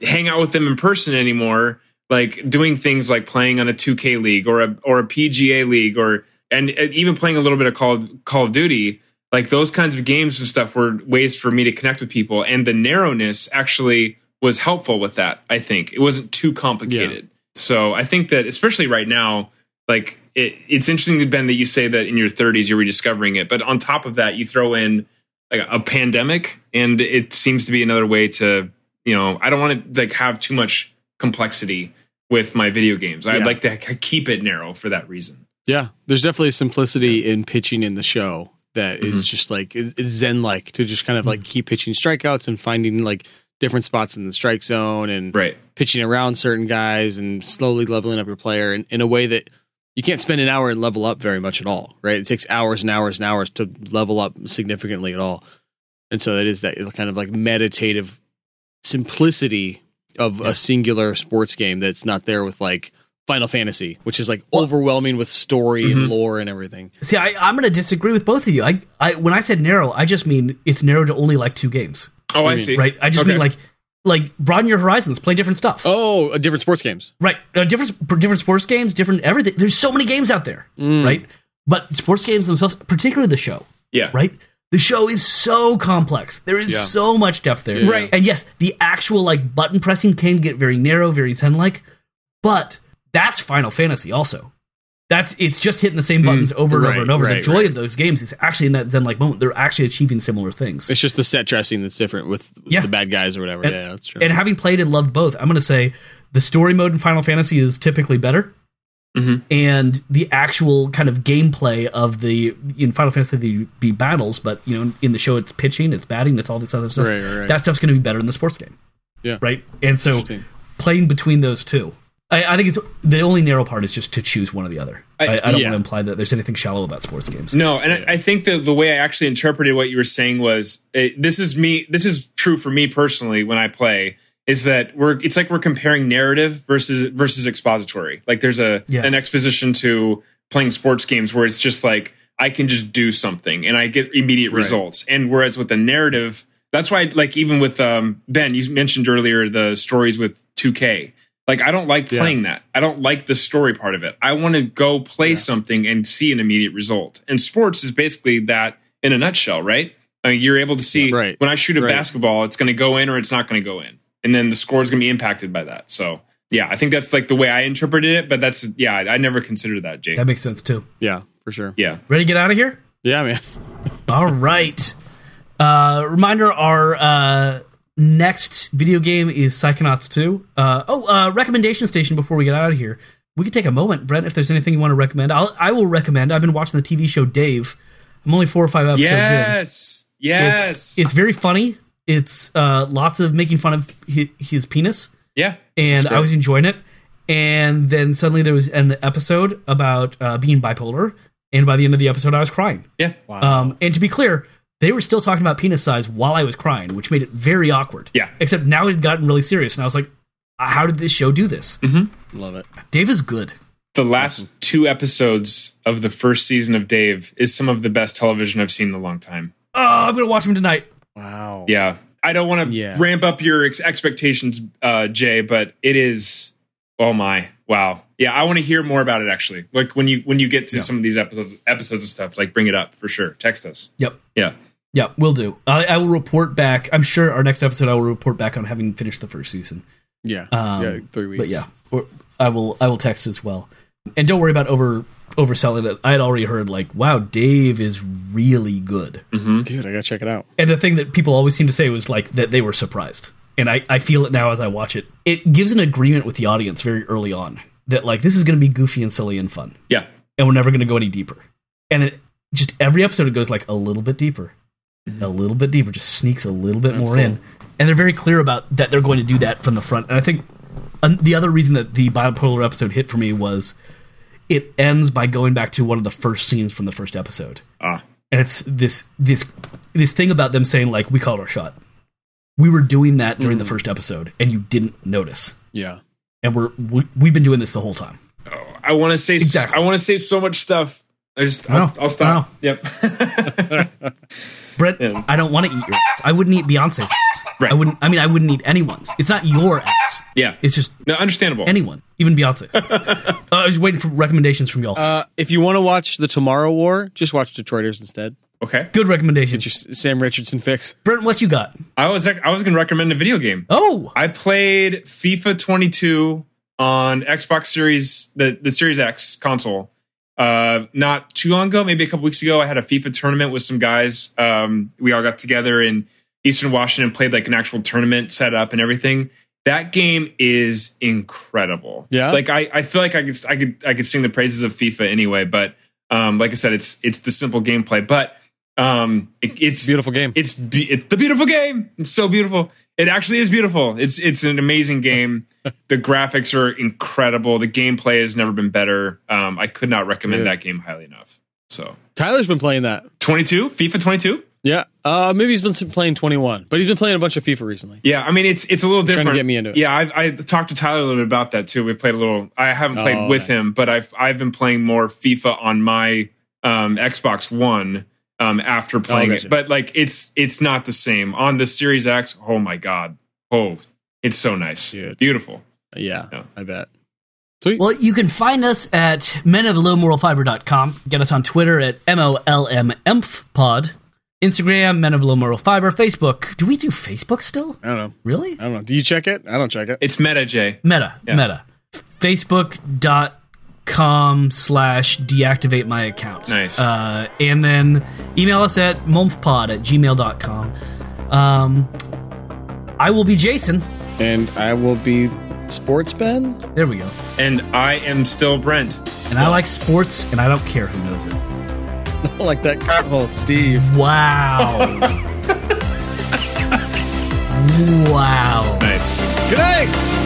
S3: hang out with them in person anymore. Like doing things like playing on a 2K league or a or a PGA league or and, and even playing a little bit of Call Call of Duty. Like those kinds of games and stuff were ways for me to connect with people, and the narrowness actually was helpful with that. I think it wasn't too complicated. So I think that especially right now, like it, it's interesting, Ben, that you say that in your 30s you're rediscovering it, but on top of that, you throw in like a pandemic, and it seems to be another way to you know I don't want to like have too much complexity with my video games. I'd
S8: Yeah.
S3: like to k- keep it narrow for that reason.
S2: Yeah, there's definitely a simplicity in pitching in the show that is just like it- it's zen like to just kind of like keep pitching strikeouts and finding like different spots in the strike zone and
S3: Right.
S2: pitching around certain guys and slowly leveling up your player in, in a way that you can't spend an hour and level up very much at all, right? It takes hours and hours and hours to level up significantly at all. And so that is that kind of like meditative simplicity of a singular sports game that's not there with like Final Fantasy, which is like overwhelming with story and
S1: Mm-hmm.
S2: lore and everything.
S1: See, I, I'm going to disagree with both of you. I, I, when I said narrow, I just mean it's narrow to only like two games,
S3: Oh, I see.
S1: right? I just mean
S3: Okay.
S1: like, like broaden your horizons, play different stuff,
S2: Oh, uh, different sports games.
S1: right? Uh, different, different sports games, different everything. There's so many games out there,
S2: Mm.
S1: right? But sports games themselves, particularly the show,
S3: Yeah.
S1: right? The show is so complex. There is
S2: Yeah.
S1: so much depth there.
S8: Right.
S1: And yes, the actual like button pressing can get very narrow, very zen like, but that's Final Fantasy also. That's it's just hitting the same buttons over and
S2: Mm. right,
S1: over and over. the
S2: right,
S1: joy of those games is actually in that zen like moment. They're actually achieving similar things.
S2: It's just the set dressing that's different with
S1: Yeah.
S2: the bad guys or whatever.
S1: And-
S2: yeah, that's true.
S1: And having played and loved both, I'm going to say the story mode in Final Fantasy is typically better.
S2: Mm-hmm.
S3: Mhm.
S1: And the actual kind of gameplay of the in Final Fantasy the be battles, but you know in the show it's pitching, it's batting, it's all this other stuff.
S2: Right, right, right.
S1: That stuff's going to be better in the sports game.
S2: Yeah.
S1: Right. And so
S2: Interesting.
S1: playing between those two, I, I think it's the only narrow part is just to choose one or the other. I,
S3: I-
S1: I, don't
S2: yeah.
S1: want to imply that there's anything shallow about sports games.
S3: No, and I, I think the the way I actually interpreted what you were saying was it, this is me. This is true for me personally when I play. Is that we're it's like we're comparing narrative versus versus expository. Like there's a
S1: Yeah.
S3: an exposition to playing sports games where it's just like I can just do something and I get immediate results. And whereas with the narrative, that's why like even with um, Ben, you mentioned earlier the stories with 2K. Like I don't like playing that. I don't like the story part of it. I want to go play something and see an immediate result. And sports is basically that in a nutshell, right? I mean, you're able to see
S2: Right.
S3: when I shoot a
S2: Right.
S3: basketball, it's going to go in or it's not going to go in, and then the score is going to be impacted by that. So yeah, I think that's like the way I interpreted it. But that's yeah, I, I never considered that, Jake.
S1: That makes sense too.
S2: yeah, for sure.
S3: yeah,
S1: Ready to get out of here?
S2: Yeah, man.
S1: All right. Uh, reminder: Our uh, next video game is Psychonauts Two. Uh, oh, uh, recommendation station. Before we get out of here, we could take a moment, Brent. If there's anything you want to recommend, I'll, I will recommend. I've been watching the TV show Dave. I'm only four or five episodes in.
S3: yes, yes,
S1: It's, it's very funny. It's uh, lots of making fun of his, his penis
S3: yeah,
S1: and I was enjoying it. And then suddenly there was an episode about uh, being bipolar, and by the end of the episode, I was crying.
S3: Yeah.
S1: Um, and to be clear, they were still talking about penis size while I was crying, which made it very awkward.
S3: Yeah.
S1: Except now it had gotten really serious, and I was like, "Uh, "How did this show do this?"
S2: Love it.
S1: Dave is good.
S3: the last two episodes of the first season of Dave is some of the best television I've seen in a long time.
S1: Oh, I'm gonna watch him tonight.
S2: Wow.
S3: Yeah. I don't want to
S2: Yeah.
S3: ramp up your ex- expectations, uh, Jay, but it is. Oh my! Wow. Yeah, I want to hear more about it. Actually, like when you when you get to some of these episodes episodes and stuff, like bring it up for sure. Text us.
S1: Yep.
S3: Yeah.
S1: Yep. We'll do. I, I will report back. I'm sure our next episode, I will report back on having finished the first season.
S2: Yeah.
S1: Um,
S2: yeah. Three weeks.
S1: But yeah, or I will I will text as well. And don't worry about over overselling it. I had already heard like, wow, Dave is really good.
S2: Dude, I gotta check it out.
S1: And the thing that people always seem to say was like that they were surprised. And I, I feel it now as I watch it. It gives an agreement with the audience very early on that like this is gonna be goofy and silly and fun.
S3: Yeah.
S1: And we're never gonna go any deeper. And it just every episode it goes like a little bit deeper. A little bit deeper, just sneaks a little bit more in. And they're very clear about that they're going to do that from the front. And I think and the other reason that the bipolar episode hit for me was it ends by going back to one of the first scenes from the first episode
S3: Ah.
S1: and it's this this this thing about them saying like we called our shot we were doing that during the first episode and you didn't notice
S2: Yeah.
S1: and we're we, we've been doing this the whole time
S3: I want to say. s-
S1: Exactly.
S3: I want to say so much stuff. I just. I'll,
S1: No.
S3: I'll stop. Yep.
S1: brett i don't want to eat your ass i wouldn't eat beyonce's ass
S3: Right.
S1: i wouldn't i mean i wouldn't eat anyone's it's not your ass
S3: yeah.
S1: it's just
S3: No, understandable.
S1: anyone even beyonce's Uh, i was waiting for recommendations from y'all
S2: Uh, if you want to watch the Tomorrow War, just watch Detroiters instead.
S3: Okay.
S1: Good recommendation.
S2: Get your S- Sam Richardson fix.
S1: Brent, what you got?
S3: I was I was gonna recommend a video game.
S1: Oh,
S3: I played FIFA 22 on Xbox Series the the Series X console. Uh, not too long ago, maybe a couple weeks ago, I had a FIFA tournament with some guys. Um, we all got together in Eastern Washington, played like an actual tournament set up and everything. That game is incredible.
S2: Yeah?
S3: like I, I feel like I could I could I could sing the praises of FIFA anyway, but um, like I said, it's it's the simple gameplay, but um, it, it's
S2: Beautiful game.
S3: it's be- it's the beautiful game. It's so beautiful. It actually is beautiful. It's it's an amazing game. the graphics are incredible. The gameplay has never been better. Um, I could not recommend that game highly enough. So
S2: Tyler's been playing that.
S3: 22, FIFA 22.
S2: Yeah. Uh, maybe he's been s- playing 21, but he's been playing a bunch of FIFA recently.
S3: Yeah, I mean it's it's a little
S2: Trying to
S3: different.
S2: get me into it.
S3: Yeah, I've, I talked to Tyler a little bit about that too. We played a little. I haven't played
S2: Oh,
S3: with
S2: nice.
S3: him, but I've I've been playing more FIFA on my um, Xbox One um, after playing
S2: Oh, gotcha.
S3: it. But like it's it's not the same on the Series X. Oh my god! Oh, it's so nice,
S2: Dude.
S3: beautiful.
S9: Yeah,
S3: Yeah.
S9: I bet.
S1: well, you can find us at menoflowmoralfiber.com. Get us on Twitter at MOLMMPod. Instagram, Men of Low Moral Fiber. Facebook. Do we do Facebook still?
S9: I don't know.
S1: Really?
S9: I don't know. Do you check it? I don't check it.
S3: It's meta, Jay.
S1: Meta. Meta. Facebook.com slash deactivate my accounts.
S3: Nice.
S1: Uh, and then email us at momfpod at gmail.com. Um, I will be Jason.
S9: And I will be sports Ben.
S1: There we go.
S3: And I am still Brent.
S1: And I like sports, and I don't care who knows it.
S9: like that. Oh, Steve.
S1: Wow. wow.
S3: Nice.
S9: Good night.